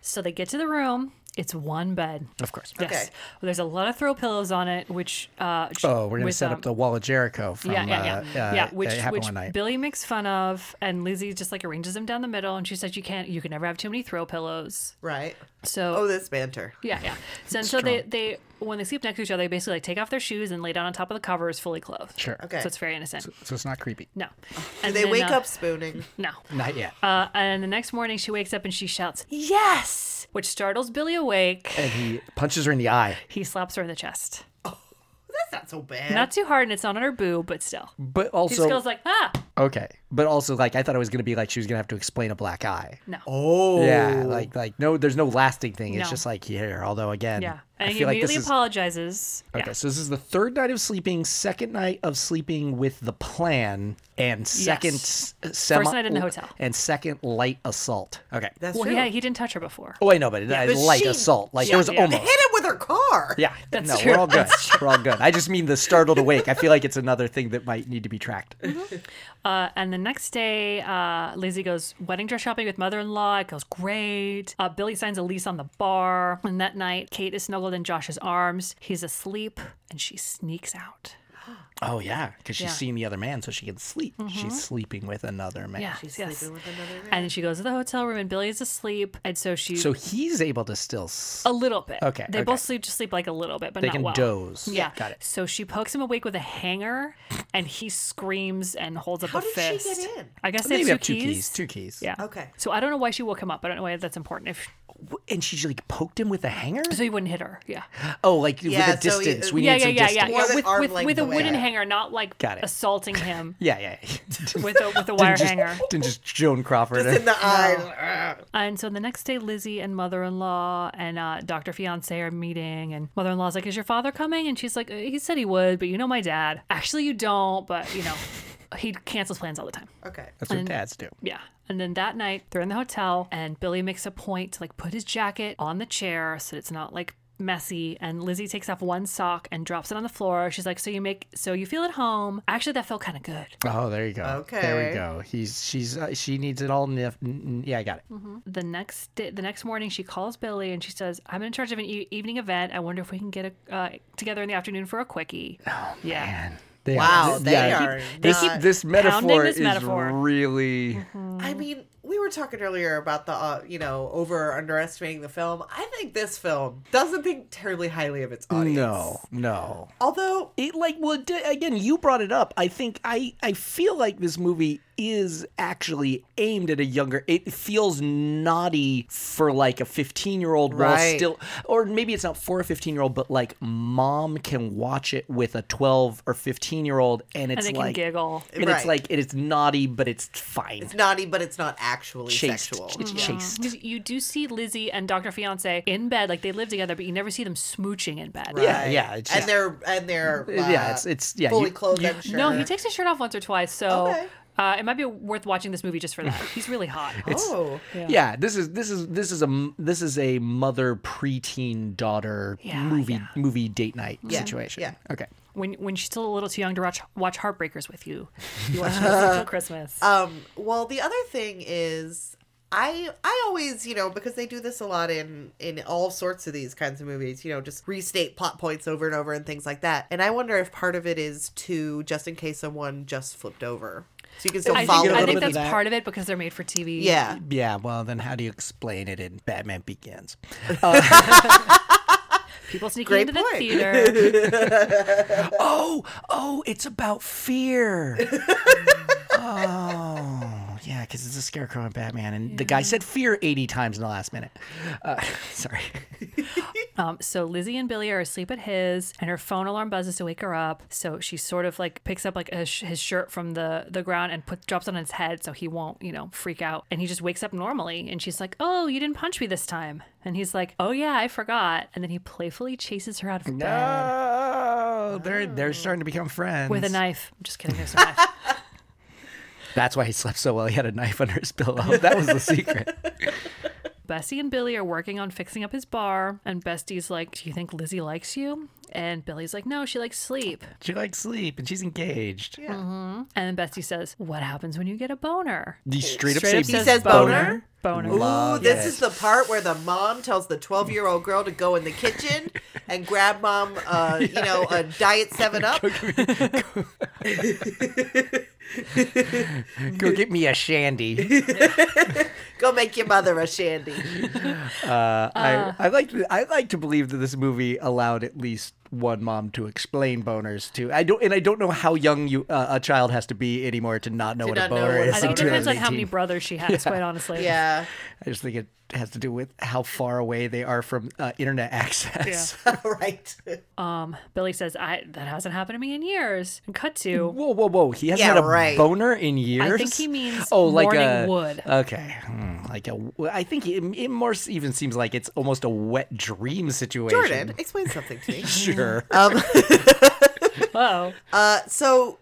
Speaker 1: so they get to the room. It's one bed.
Speaker 2: *laughs* Of course.
Speaker 1: Yes.
Speaker 2: Okay.
Speaker 1: There's a lot of throw pillows on it, which. Uh,
Speaker 2: Oh, we're going to
Speaker 1: with,
Speaker 2: set
Speaker 1: um,
Speaker 2: up the Wall of Jericho from
Speaker 1: yeah, yeah, yeah,
Speaker 2: uh, uh,
Speaker 1: yeah. Which,
Speaker 2: It Happened
Speaker 1: which
Speaker 2: One Night.
Speaker 1: Billy makes fun of, and Lizzie just like arranges them down the middle, and she says, "You can't, you can never have too many throw pillows."
Speaker 3: Right.
Speaker 1: So.
Speaker 3: Oh, this banter.
Speaker 1: Yeah, yeah. So and so they they when they sleep next to each other, they basically like take off their shoes and lay down on top of the covers, fully clothed.
Speaker 2: Sure. Okay.
Speaker 1: So it's very innocent.
Speaker 2: So it's not creepy. *laughs*
Speaker 1: No.
Speaker 3: Do
Speaker 1: And
Speaker 3: they
Speaker 1: then,
Speaker 3: wake
Speaker 1: uh, *laughs*
Speaker 3: up spooning?
Speaker 1: No.
Speaker 2: Not yet.
Speaker 1: Uh, and the next morning, she wakes up and she shouts, "Yes!" which startles Billy awake.
Speaker 2: And he punches her in the eye.
Speaker 1: He slaps her in the chest,
Speaker 3: That's not so bad.
Speaker 1: not too hard, and it's not on her boob, but still.
Speaker 2: But also,
Speaker 1: he feels like ah.
Speaker 2: Okay, but also like I thought it was gonna be like she was gonna have to explain a black eye.
Speaker 1: No.
Speaker 2: Oh. Yeah, like like no, there's no lasting thing. It's
Speaker 1: No.
Speaker 2: just like here. Although again,
Speaker 1: yeah, and
Speaker 2: I
Speaker 1: he
Speaker 2: feel like
Speaker 1: immediately
Speaker 2: this is.
Speaker 1: apologizes.
Speaker 2: Okay, so this is the third night of sleeping, second night of sleeping with the plan, and second
Speaker 1: Yes.
Speaker 2: s- uh, semi-
Speaker 1: First night in the hotel.
Speaker 2: and second light assault. Okay,
Speaker 1: well, yeah, he didn't touch her before.
Speaker 2: Oh, I know, but, uh,
Speaker 1: But
Speaker 2: light
Speaker 1: she-
Speaker 2: assault. Like it was
Speaker 1: yeah.
Speaker 2: almost.
Speaker 3: him with her car.
Speaker 2: Yeah,
Speaker 1: That's
Speaker 2: no,
Speaker 1: true.
Speaker 2: we're all good.
Speaker 1: That's
Speaker 2: We're all good. I just mean the startled awake. I feel like it's another thing that might need to be tracked.
Speaker 1: Uh, and the next day, uh, Lizzie goes wedding dress shopping with mother in law. It goes great. Uh, Billy signs a lease on the bar. And that night, Kate is snuggled in Josh's arms. He's asleep, and she sneaks out.
Speaker 2: Oh yeah, because she's
Speaker 1: Yeah.
Speaker 2: seeing the other man, so she can sleep.
Speaker 1: Mhm.
Speaker 2: She's sleeping with another man.
Speaker 1: Yeah, she's yes. sleeping with another man. And then she goes to the hotel room, and Billy's asleep. And so she.
Speaker 2: So he's able to still. s-
Speaker 1: A little bit.
Speaker 2: Okay,
Speaker 1: They
Speaker 2: okay.
Speaker 1: both sleep just sleep like a little bit, but
Speaker 2: They
Speaker 1: Oh, not
Speaker 2: can
Speaker 1: well.
Speaker 2: doze.
Speaker 1: Yeah.
Speaker 2: Got it.
Speaker 1: So she pokes him awake with a hanger, and he screams and holds up
Speaker 3: How
Speaker 1: a
Speaker 3: did she
Speaker 1: fist.
Speaker 3: get in?
Speaker 1: I guess
Speaker 2: Maybe
Speaker 1: they have
Speaker 2: have two
Speaker 1: keys.
Speaker 2: keys, two keys.
Speaker 1: Yeah.
Speaker 3: Okay.
Speaker 1: So I don't know why she woke him up. I don't know why that's important. If
Speaker 2: and she like poked him with a hanger,
Speaker 1: so he wouldn't hit her. Yeah.
Speaker 2: *laughs* Oh, like
Speaker 1: Yeah,
Speaker 2: with a
Speaker 1: so you-
Speaker 2: distance. we
Speaker 1: yeah,
Speaker 2: need
Speaker 1: yeah,
Speaker 2: some
Speaker 1: yeah, yeah,
Speaker 2: distance.
Speaker 1: yeah. With, with, with a wooden hanger, not like
Speaker 2: Got it.
Speaker 1: assaulting
Speaker 2: *laughs*
Speaker 1: him
Speaker 2: Yeah, yeah. yeah.
Speaker 1: with a with a wire
Speaker 2: Didn't just-
Speaker 1: hanger.
Speaker 2: Didn't just Joan Crawford.
Speaker 3: Just in the eye.
Speaker 1: Uh, And so the next day, Lizzie and mother-in-law and uh, Dr. Fiance are meeting, and mother-in-law's like, "Is your father coming?" And she's like, "Uh, "He said he would, but you know my dad. Actually, you don't, but you know, he cancels plans all the time."
Speaker 3: Okay.
Speaker 2: That's what
Speaker 1: And-
Speaker 2: dads do.
Speaker 1: Yeah. And then that night, they're in the hotel, and Billy makes a point to like put his jacket on the chair so that it's not like messy. And Lizzie takes off one sock and drops it on the floor. She's like, "So you make, so you feel at home." Actually, that felt kind of good.
Speaker 2: Oh, there you go. There
Speaker 1: Okay.
Speaker 2: we go. He's she's uh, she needs it all. Nif- n- n- yeah, I got it.
Speaker 1: The next day, the next morning, she calls Billy and she says, "I'm in charge of an e- evening event. I wonder if we can get a, uh, together in the afternoon for a quickie." Oh yeah.
Speaker 2: They
Speaker 3: Wow,
Speaker 2: are-
Speaker 3: they
Speaker 2: yeah,
Speaker 3: are
Speaker 2: This,
Speaker 3: not-
Speaker 2: this
Speaker 1: pounding
Speaker 2: metaphor
Speaker 1: this
Speaker 2: is
Speaker 1: metaphor. Mm-hmm.
Speaker 2: really.
Speaker 3: I mean, we were talking earlier about the uh, you know over or underestimating the film. I think this film doesn't think terribly highly of its audience.
Speaker 2: No, no.
Speaker 3: Although
Speaker 2: it like well d- again you brought it up. I think I I feel like this movie is actually aimed at a younger. It feels naughty for like a 15 year old while
Speaker 11: Right.
Speaker 2: still or maybe it's not for a 15 year old but like mom can watch it with a 12 or 15 year old and
Speaker 1: And
Speaker 2: it's
Speaker 1: they can
Speaker 2: like
Speaker 1: giggle.
Speaker 2: And
Speaker 1: Right.
Speaker 2: it's like it is naughty but it's fine.
Speaker 3: It's naughty, but it's not actually
Speaker 2: Chaste.
Speaker 3: sexual.
Speaker 2: It's
Speaker 1: Yeah.
Speaker 2: chaste.
Speaker 1: 'Cause You do see Lizzie and Dr. Fiance in bed, like they live together, but you never see them smooching in bed.
Speaker 2: Yeah, yeah, it's
Speaker 3: and
Speaker 2: just-
Speaker 3: they're and they're uh,
Speaker 2: Yeah, it's- it's- yeah,
Speaker 3: fully
Speaker 2: you-
Speaker 3: clothed.
Speaker 2: you-
Speaker 3: I'm sure.
Speaker 1: No, he takes his shirt off once or twice, so
Speaker 3: Okay.
Speaker 1: uh, it might be worth watching this movie just for that. He's really
Speaker 3: *laughs*
Speaker 1: hot.
Speaker 2: It's- yeah. this is this is this is a m- this is a mother preteen daughter
Speaker 1: Yeah,
Speaker 2: movie movie date night
Speaker 1: Yeah,
Speaker 2: situation.
Speaker 1: yeah.
Speaker 2: Okay.
Speaker 1: When when she's still a little too young to watch watch Heartbreakers with
Speaker 3: *laughs*
Speaker 1: you, you watch this until Christmas.
Speaker 3: Um, well, the other thing is, I I always you know because they do this a lot in in all sorts of these kinds of movies, you know, just restate plot points over and over and things like that. And I wonder if part of it is to just in case someone just flipped over. So you can still
Speaker 1: I
Speaker 3: follow
Speaker 1: think,
Speaker 3: a
Speaker 1: I
Speaker 3: little
Speaker 1: think
Speaker 3: bit of
Speaker 1: that's
Speaker 3: that.
Speaker 1: part of it because they're made for TV.
Speaker 3: Yeah.
Speaker 2: Yeah, well, then how do you explain it in Batman Begins?
Speaker 1: People sneaking
Speaker 3: Great
Speaker 1: into the
Speaker 3: point.
Speaker 1: theater.
Speaker 2: Oh, oh, it's
Speaker 1: *laughs*
Speaker 2: about fear. oh, yeah, because it's a scarecrow and Batman, and the guy said fear 80 times in the last minute. Uh, *laughs* sorry.
Speaker 1: um, so Lizzie and Billy are asleep at his, and her phone alarm buzzes to wake her up. So she sort of like picks up like a sh- his shirt from the the ground and put drops it on his head so he won't you know freak out. And he just wakes up normally, and she's like, "Oh, you didn't punch me this time." And he's like, "Oh yeah, I forgot." And then he playfully chases her out of bed
Speaker 2: Oh, they're they're starting to become friends.
Speaker 1: with a knife. I'm just kidding. There's no knife.
Speaker 2: That's why he slept so well. He had a knife under his pillow. *laughs* That was the secret.
Speaker 1: *laughs* Bessie and Billy are working on fixing up his bar, and Bestie's like, Do you think Lizzie likes you? And Billy's like, No, she likes sleep.
Speaker 2: she likes sleep, and she's engaged. Yeah.
Speaker 1: And then Bestie says, What happens when you get a boner?
Speaker 2: You straight,
Speaker 1: Straight
Speaker 2: up
Speaker 1: up
Speaker 2: say
Speaker 1: says
Speaker 3: says boner?
Speaker 1: Boner.
Speaker 2: Uh,
Speaker 3: Ooh, this is the part where the mom tells the 12 year old girl to go in the kitchen and grab mom, uh, you know, a diet 7 up.
Speaker 2: Go get me
Speaker 1: *laughs*
Speaker 2: a shandy.
Speaker 3: Go make your mother a shandy.
Speaker 2: I, I like to, I like to believe that this movie allowed at least one mom to explain boners to. I don't and I don't know how young you uh, a child has to be anymore to not know what a
Speaker 3: not know
Speaker 2: boner
Speaker 3: what a
Speaker 2: is.
Speaker 1: I think it
Speaker 2: in
Speaker 1: depends on how many
Speaker 2: 2018.
Speaker 1: brothers she has, quite honestly.
Speaker 3: Yeah.
Speaker 2: I just think it has to do with how far away they are from uh, internet *laughs* access. *laughs*
Speaker 3: right.
Speaker 1: Billy says, I that hasn't happened to me in years. And cut
Speaker 3: *laughs*
Speaker 1: to
Speaker 2: Whoa, whoa, whoa! He hasn't
Speaker 3: Yeah,
Speaker 2: had a
Speaker 3: right.
Speaker 2: boner in years.
Speaker 1: he means
Speaker 2: oh, like
Speaker 1: morning
Speaker 2: a
Speaker 1: wood.
Speaker 2: Okay, Hmm, like a. I think it, it more s- even seems like it's almost a wet dream situation.
Speaker 3: Jordan, explain something to me.
Speaker 2: *laughs* Sure.
Speaker 1: Whoa.
Speaker 3: Uh, so,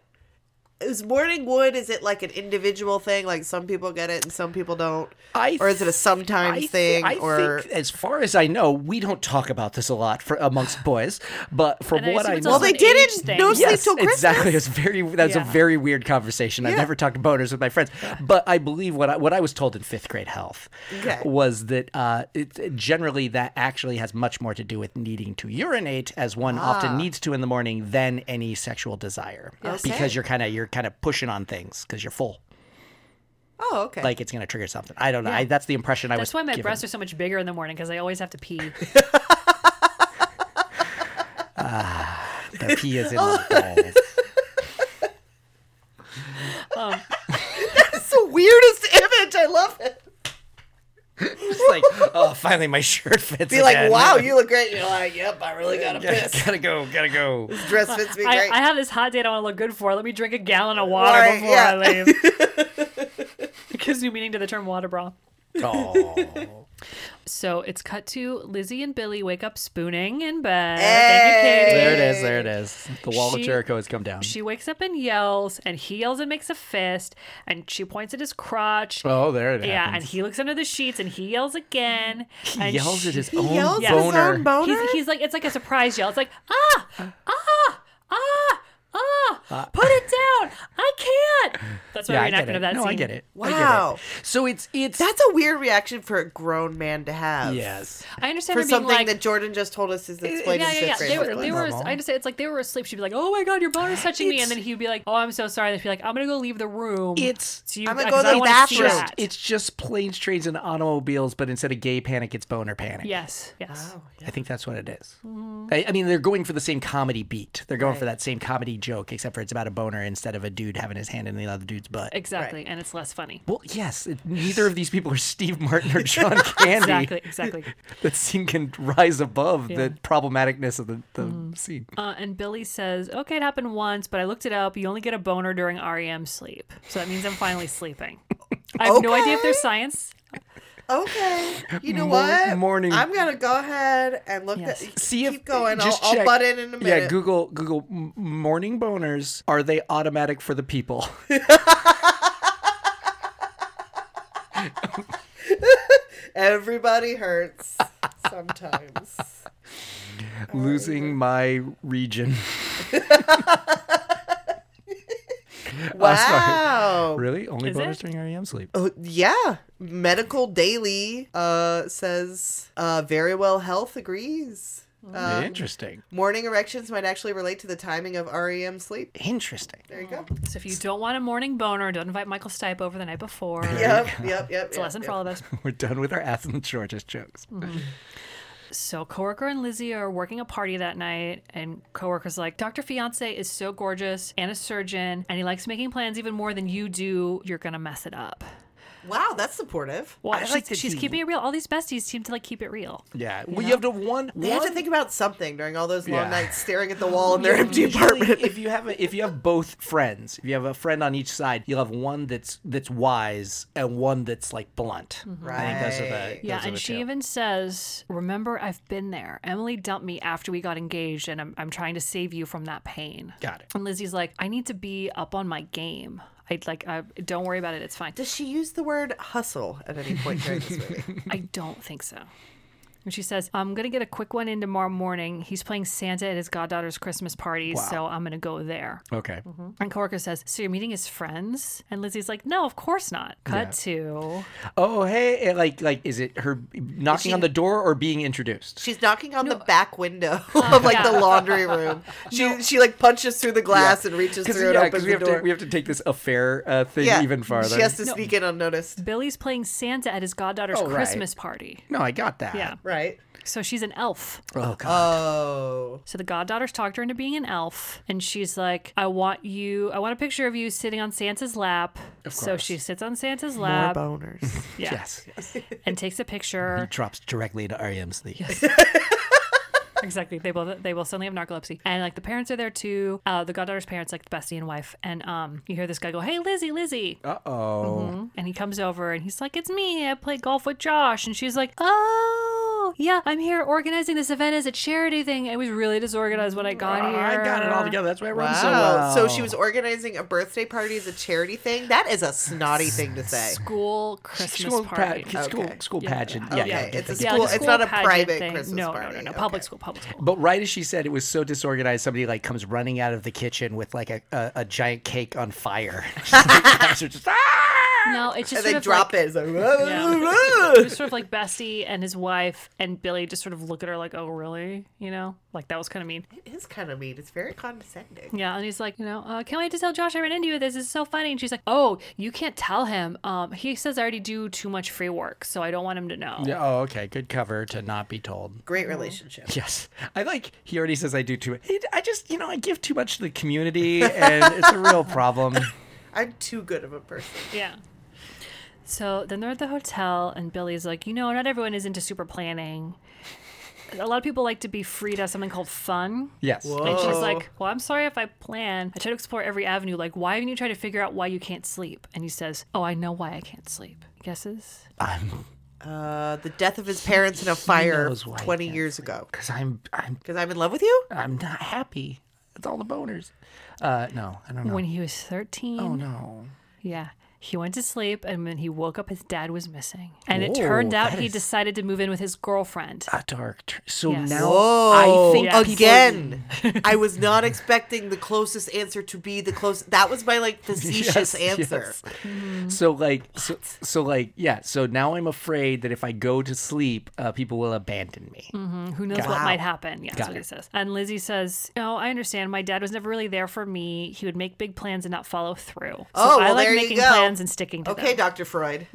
Speaker 3: is morning wood, is it like an individual thing? Like some people get it and some people don't?
Speaker 2: I
Speaker 3: or is it a sometimes
Speaker 2: I thi-
Speaker 3: thing?
Speaker 2: I
Speaker 3: or
Speaker 2: think, as far as I know, we don't talk about this a lot for
Speaker 1: *sighs*
Speaker 2: amongst boys. But from
Speaker 1: And I
Speaker 2: what
Speaker 1: assume
Speaker 2: I
Speaker 1: it's
Speaker 2: know,
Speaker 1: also
Speaker 3: Well, they
Speaker 1: an
Speaker 3: didn't
Speaker 1: age thing.
Speaker 3: know- Sleep
Speaker 2: yes,
Speaker 3: Till Christmas?
Speaker 2: exactly. It's very that's
Speaker 1: Yeah.
Speaker 2: a very weird conversation. I've never talked boners with my friends, but I believe what I, what I was told in fifth grade health
Speaker 3: Okay.
Speaker 2: was that uh, it, generally that actually has much more to do with needing to urinate, as one
Speaker 3: Ah.
Speaker 2: often needs to in the morning, than any sexual desire, because you're kind of you're kind of pushing on things because you're full.
Speaker 3: Oh, okay.
Speaker 2: Like it's going to trigger something. I don't know. I, that's the impression I was.
Speaker 1: That's why my
Speaker 2: given.
Speaker 1: breasts are so much bigger in the morning because I always have to pee.
Speaker 3: *laughs*
Speaker 2: The pee
Speaker 3: *laughs*
Speaker 2: is in the
Speaker 3: Oh.
Speaker 2: balls.
Speaker 3: That's the weirdest *laughs* image. I love it.
Speaker 2: It's like, oh, finally my shirt fits.
Speaker 3: Be like,
Speaker 2: again. *laughs*
Speaker 3: wow, you look great. You're like, yep, I really got to
Speaker 2: Yeah,
Speaker 3: piss.
Speaker 2: gotta go, gotta
Speaker 3: *laughs*
Speaker 2: go.
Speaker 3: Dress
Speaker 2: *laughs*
Speaker 3: fits me
Speaker 1: I,
Speaker 3: great.
Speaker 1: I have this hot date I want to look good for. Let me drink a gallon of water
Speaker 3: Right,
Speaker 1: before
Speaker 3: yeah.
Speaker 1: I leave.
Speaker 3: *laughs*
Speaker 1: it gives new meaning to the term water bra.
Speaker 2: Oh.
Speaker 1: So it's cut to Lizzie and Billy wake up spooning in bed.
Speaker 3: Hey!
Speaker 1: Thank you, Katie.
Speaker 2: There it is. There it is. The wall
Speaker 1: She-
Speaker 2: of Jericho has come down.
Speaker 1: She wakes up and yells, and he yells and makes a fist, and she points at his crotch.
Speaker 2: oh, there it
Speaker 1: yeah, and
Speaker 2: happens.
Speaker 1: he looks under the sheets and he yells again.
Speaker 2: he
Speaker 1: and
Speaker 2: yells at
Speaker 1: she-
Speaker 2: his own
Speaker 3: yells at his
Speaker 2: boner.
Speaker 3: own boner?
Speaker 1: He's, he's like, it's like a surprise yell. It's like, ah, ah, ah, ah, put
Speaker 2: *laughs*
Speaker 1: it down. I can't. That's my
Speaker 2: Uh, Yeah, I get
Speaker 1: reenactment
Speaker 2: it.
Speaker 1: of that
Speaker 2: no,
Speaker 1: scene.
Speaker 2: I get it. I get it.
Speaker 3: Wow.
Speaker 2: So it's it's
Speaker 3: That's a weird reaction for a grown man to have.
Speaker 2: yes.
Speaker 1: I understand
Speaker 3: For
Speaker 1: her being
Speaker 3: something
Speaker 1: like,
Speaker 3: that Jordan just told us is
Speaker 1: yeah,
Speaker 3: explained
Speaker 1: yeah,
Speaker 3: in
Speaker 1: yeah.
Speaker 3: fifth
Speaker 1: They
Speaker 3: grade.
Speaker 1: were, they were, I understand. It's like they were asleep. She'd be like, oh my God, your boner's touching me. And then he'd be like, oh, I'm so sorry. And they'd be like, I'm going to go leave the room.
Speaker 2: It's-
Speaker 1: so you,
Speaker 3: I'm gonna
Speaker 1: because
Speaker 3: go to
Speaker 1: I
Speaker 3: the
Speaker 1: wanna see
Speaker 3: bathroom.
Speaker 1: that."
Speaker 2: It's just planes, trains, and automobiles, but instead of gay panic, it's boner panic.
Speaker 1: Yes. Yes.
Speaker 2: I think that's what it is.
Speaker 3: Mm-hmm.
Speaker 2: I, I mean, they're going for the same comedy beat. They're going for that same comedy joke, except for it's about a boner instead of a dude having his hand in the other dude's butt.
Speaker 1: Exactly. And it's less funny.
Speaker 2: Well,
Speaker 1: *laughs*
Speaker 2: yes, it- neither of these people are Steve Martin or John Candy.
Speaker 1: Exactly. Exactly.
Speaker 2: That scene can rise above
Speaker 1: Yeah.
Speaker 2: the problematicness of the, the scene.
Speaker 1: Uh, and Billy says, okay, it happened once, but I looked it up. You only get a boner during REM sleep. So that means I'm
Speaker 2: *laughs*
Speaker 1: finally sleeping. I have no idea if there's science.
Speaker 3: Okay. You know
Speaker 2: Mor-
Speaker 3: what?
Speaker 2: morning.
Speaker 3: I'm going to go ahead and look
Speaker 1: Yes.
Speaker 3: at
Speaker 2: See
Speaker 3: Keep
Speaker 2: if
Speaker 3: going. I'll,
Speaker 2: just
Speaker 3: I'll
Speaker 2: check.
Speaker 3: butt in in a minute.
Speaker 2: Yeah, Google Google m- morning boners. Are they automatic for the
Speaker 3: *laughs*
Speaker 2: people? *laughs* *laughs*
Speaker 3: Everybody hurts sometimes. Oh.
Speaker 2: Losing my region. Oh,
Speaker 3: wow.
Speaker 2: really? Only
Speaker 1: Is
Speaker 2: boners
Speaker 1: it?
Speaker 2: during REM sleep.
Speaker 3: Oh, yeah. Medical Daily uh, says uh, very well health agrees. Um,
Speaker 2: Interesting.
Speaker 3: Morning erections might actually relate to the timing of REM sleep.
Speaker 2: Interesting.
Speaker 3: There you go.
Speaker 1: So if you don't want a morning boner, don't invite Michael Stipe over the night before.
Speaker 3: Yep, yep, yep.
Speaker 1: It's a lesson
Speaker 3: yep,
Speaker 1: for all of
Speaker 2: *laughs*
Speaker 1: us.
Speaker 2: We're done with our ass and George's jokes.
Speaker 1: Mm. So coworker and Lizzie are working a party that night, and coworker's like, Dr. Fiance is so gorgeous and a surgeon, and he likes making plans even more than you do. You're gonna mess it up.
Speaker 3: yep. Wow, that's supportive.
Speaker 1: Well,
Speaker 2: I
Speaker 1: she's,
Speaker 2: like that
Speaker 1: she's
Speaker 2: he-
Speaker 1: keeping it real. All these besties seem to like keep it real.
Speaker 2: Yeah. Well, you have to one.
Speaker 3: They
Speaker 2: one
Speaker 3: have to think about something during all those long
Speaker 2: Yeah.
Speaker 3: nights staring at the wall in their empty
Speaker 2: Usually,
Speaker 3: apartment.
Speaker 2: if you have a, if you have both friends, if you have a friend on each side, you'll have one that's that's wise and one that's like blunt. I think those are the
Speaker 3: Mm-hmm. Right.
Speaker 1: Yeah,
Speaker 2: those are
Speaker 1: and
Speaker 2: the
Speaker 1: she
Speaker 2: two.
Speaker 1: even says, Remember, I've been there. Emily dumped me after we got engaged, and I'm, I'm trying to save you from that pain.
Speaker 2: got it.
Speaker 1: And Lizzie's like, I need to be up on my game. I like, I, don't worry about it. It's fine.
Speaker 3: Does she use the word hustle at any point during
Speaker 2: *laughs*
Speaker 3: this movie?
Speaker 1: I don't think so. And she says, I'm going to get a quick one in tomorrow morning. He's playing Santa at his goddaughter's Christmas party, so I'm going to go there.
Speaker 2: Okay.
Speaker 3: Mm-hmm.
Speaker 1: And Corker says, So you're meeting his friends? And Lizzie's like, No, of course not. Cut to.
Speaker 2: Oh hey, eh, like like is it her knocking on the door or being introduced?
Speaker 3: She's knocking on the back window *laughs* of like the laundry room. She she like punches through the glass and reaches
Speaker 2: Because
Speaker 3: through and opens
Speaker 2: we
Speaker 3: the
Speaker 2: have
Speaker 3: door.
Speaker 2: to we have to take this affair uh, thing even farther.
Speaker 3: She has to sneak in unnoticed.
Speaker 1: Billy's playing Santa at his goddaughter's
Speaker 2: Oh, right.
Speaker 1: Christmas party.
Speaker 2: no, I got that.
Speaker 1: Yeah.
Speaker 3: Right.
Speaker 1: So she's an elf.
Speaker 2: Oh god.
Speaker 3: Oh.
Speaker 1: So the goddaughter's talked her into being an elf, and she's like, "I want you. I want a picture of you sitting on Santa's lap." So she sits on Santa's lap,
Speaker 3: boners.
Speaker 1: yeah,
Speaker 2: yes.
Speaker 1: and takes a
Speaker 2: *laughs*
Speaker 1: picture.
Speaker 2: Drops directly to REM sleep. *laughs* Oh,
Speaker 1: exactly. They both they both suddenly have narcolepsy, and like the parents are there too. Uh, the goddaughter's parents, like the bestie and wife, and um, you hear this guy go, "Hey, Lizzie, Lizzie," Mm-hmm.
Speaker 2: Uh oh.
Speaker 1: and he comes over and he's like, "It's me. I play golf with Josh," and she's like, "Oh." Yeah, I'm here organizing this event as a charity thing. It was really disorganized when I got here.
Speaker 2: I got it all together. That's why I run so
Speaker 3: Wow.
Speaker 2: well.
Speaker 3: So she was organizing a birthday party as a charity thing. That is a snotty thing to say.
Speaker 1: School Christmas
Speaker 2: school
Speaker 1: party.
Speaker 2: pa- school
Speaker 3: Okay.
Speaker 2: school pageant. Yeah, yeah.
Speaker 3: Okay, it's a
Speaker 2: different.
Speaker 3: school. it's not a
Speaker 1: pageant
Speaker 3: private Christmas
Speaker 1: no,
Speaker 3: party.
Speaker 1: No, no, no,
Speaker 3: Okay.
Speaker 1: Public school, public
Speaker 3: *laughs*
Speaker 1: school.
Speaker 2: But right as she said, it was so disorganized. Somebody like comes running out of the kitchen with like a, a, a giant cake on fire. *laughs* Guys are just, "Ah!"
Speaker 1: No, it's just sort
Speaker 3: And they
Speaker 1: of
Speaker 3: drop
Speaker 1: like,
Speaker 3: it. It's like, "Whoa, *laughs*
Speaker 1: Yeah.
Speaker 3: whoa,
Speaker 1: it
Speaker 3: whoa."
Speaker 1: was sort of like Bessie and his wife and Billy just sort of look at her like, oh, really? You know, like that was kind of mean.
Speaker 3: It is kind of mean. It's very condescending.
Speaker 1: Yeah, and he's like, you know, uh, can't wait to tell Josh I ran into you. This is so funny. And she's like, oh, you can't tell him. Um, he says I already do too much free work, so I don't want him to know.
Speaker 2: Yeah, Oh, okay. Good cover to not be told.
Speaker 3: Great relationship.
Speaker 2: Yes, I like. He already says I do too. much. I just, you know, I give too much to the community, and it's a real problem.
Speaker 3: I'm too good of a person.
Speaker 1: Yeah. So then they're at the hotel, and Billy's like, you know, not everyone is into super planning. A lot of people like to be free to have something called fun.
Speaker 2: Yes.
Speaker 1: And she's
Speaker 3: Whoa.
Speaker 1: like, Well, I'm sorry if I plan. I try to explore every avenue. Like, why haven't you tried to figure out why you can't sleep? And he says, Oh, I know why I can't sleep. Guesses?
Speaker 3: Uh, the death of his parents in a fire
Speaker 2: knows why he
Speaker 3: 20
Speaker 2: can't
Speaker 3: years ago.
Speaker 2: Because I'm, I'm,
Speaker 3: Because I'm in love with you?
Speaker 2: I'm not happy. It's all the boners. Uh, no, I don't know.
Speaker 1: When he was 13.
Speaker 2: oh no.
Speaker 1: Yeah. He went to sleep, and when he woke up, his dad was missing. And it
Speaker 2: Whoa,
Speaker 1: turned out
Speaker 2: that
Speaker 1: he
Speaker 2: is- Ah,
Speaker 1: decided to move in with his girlfriend.
Speaker 2: A dark. Tr- so
Speaker 1: Yes.
Speaker 2: now I
Speaker 3: Oh,
Speaker 2: think people-
Speaker 3: again. I *laughs* was not expecting the closest answer to be the closest. That was my like *laughs* facetious
Speaker 2: Yes,
Speaker 3: answer.
Speaker 2: yes. So like, so, so like, yeah. So now I'm afraid that if I go to sleep, uh, people will abandon me.
Speaker 1: Who knows what
Speaker 3: it.
Speaker 1: might happen? Yeah, that's
Speaker 2: Got
Speaker 1: what
Speaker 2: it.
Speaker 1: he says. And Lizzie says, No, I understand. My dad was never really there for me. He would make big plans and not follow through. So
Speaker 3: Oh,
Speaker 1: I
Speaker 3: well,
Speaker 1: like
Speaker 3: there you
Speaker 1: making
Speaker 3: go.
Speaker 1: plans and sticking to them.
Speaker 3: Okay, Dr. Freud.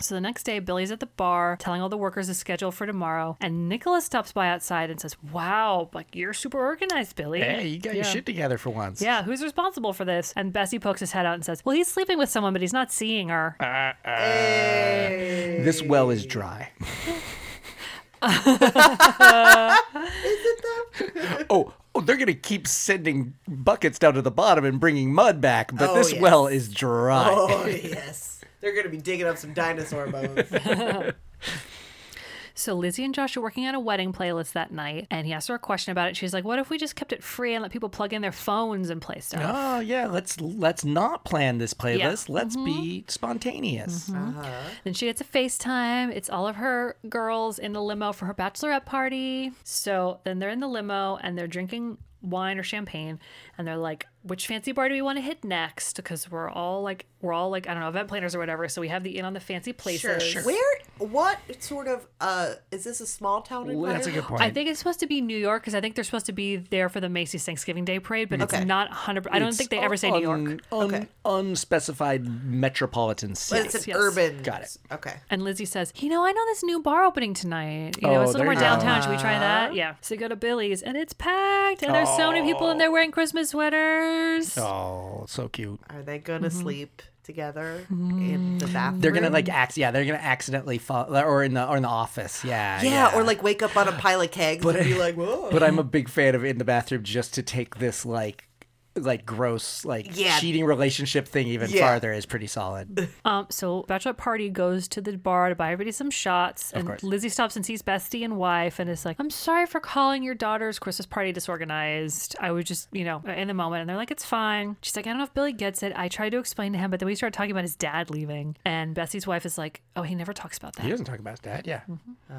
Speaker 1: So the next day, Billy's at the bar telling all the workers the schedule for tomorrow, and Nicholas stops by outside and says, "Wow, like you're super organized, Billy."
Speaker 2: Hey, you got your shit together for once.
Speaker 1: Yeah, who's responsible for this? And Bessie pokes his head out and says, "Well, he's sleeping with someone, but he's not seeing her."
Speaker 2: This well is dry. *laughs* oh, oh, they're gonna keep sending buckets down to the bottom and bringing mud back, but
Speaker 3: Oh,
Speaker 2: this
Speaker 3: yes.
Speaker 2: well is dry.
Speaker 3: *laughs* Oh, yes. They're going to be digging up some dinosaur bones.
Speaker 1: So Lizzie and Josh are working on a wedding playlist that night, and he asks her a question about it. She's like, "What if we just kept it free and let people plug in their phones and play stuff?"
Speaker 2: Oh yeah, let's let's not plan this playlist. Let's be spontaneous.
Speaker 1: Then she gets a FaceTime. It's all of her girls in the limo for her bachelorette party. So then they're in the limo and they're drinking wine or champagne and they're like, which fancy bar do we want to hit next? Because we're all like we're all like I don't know event planners or whatever. So we have the in on the fancy places.
Speaker 3: *laughs* Sure. Where? What sort of? uh Is this a small town? in
Speaker 2: Well, that's
Speaker 3: Ohio?
Speaker 2: a good point.
Speaker 1: I think it's supposed to be New York because I think they're supposed to be there for the Macy's Thanksgiving Day Parade, but
Speaker 3: Okay.
Speaker 1: it's not 100. I don't
Speaker 2: It's
Speaker 1: think they ever say New York.
Speaker 2: un- un- Unspecified metropolitan
Speaker 3: But
Speaker 2: city.
Speaker 3: it's an
Speaker 1: yes.
Speaker 3: urban.
Speaker 2: Got it.
Speaker 3: Okay.
Speaker 1: And Lizzie says, You know, I know this new bar opening tonight. You know,
Speaker 2: Oh,
Speaker 1: it's a little
Speaker 2: there
Speaker 1: more
Speaker 2: you go.
Speaker 1: downtown. Should we try that? Yeah. So you go to Billy's and it's packed. And there's so many people in there wearing Christmas sweaters.
Speaker 2: Oh, so cute.
Speaker 3: Are they going to sleep together in the bathroom?
Speaker 2: They're gonna like act. Yeah, they're gonna accidentally fall, or in the or in the office. Yeah,
Speaker 3: Yeah, or like wake up on a pile of kegs and be like, whoa.
Speaker 2: But
Speaker 1: *clears throat*
Speaker 2: I'm a big fan of in the bathroom just to take this like like gross like
Speaker 3: Yeah.
Speaker 2: cheating relationship thing even
Speaker 3: Yeah.
Speaker 2: farther is pretty solid. *laughs*
Speaker 1: Um, so Bachelorette Party goes to the bar to buy everybody some shots. And
Speaker 2: course.
Speaker 1: Lizzie stops and sees Bestie and wife and is like, I'm sorry for calling your daughter's Christmas party disorganized. I was just, you know, in the moment. And they're like, it's fine. She's like, I don't know if Billy gets it. I tried to explain to him, but then we started talking about his dad leaving. And Bestie's wife is like, oh, he never talks about that.
Speaker 2: doesn't talk about that. Yeah,
Speaker 1: Mm-hmm.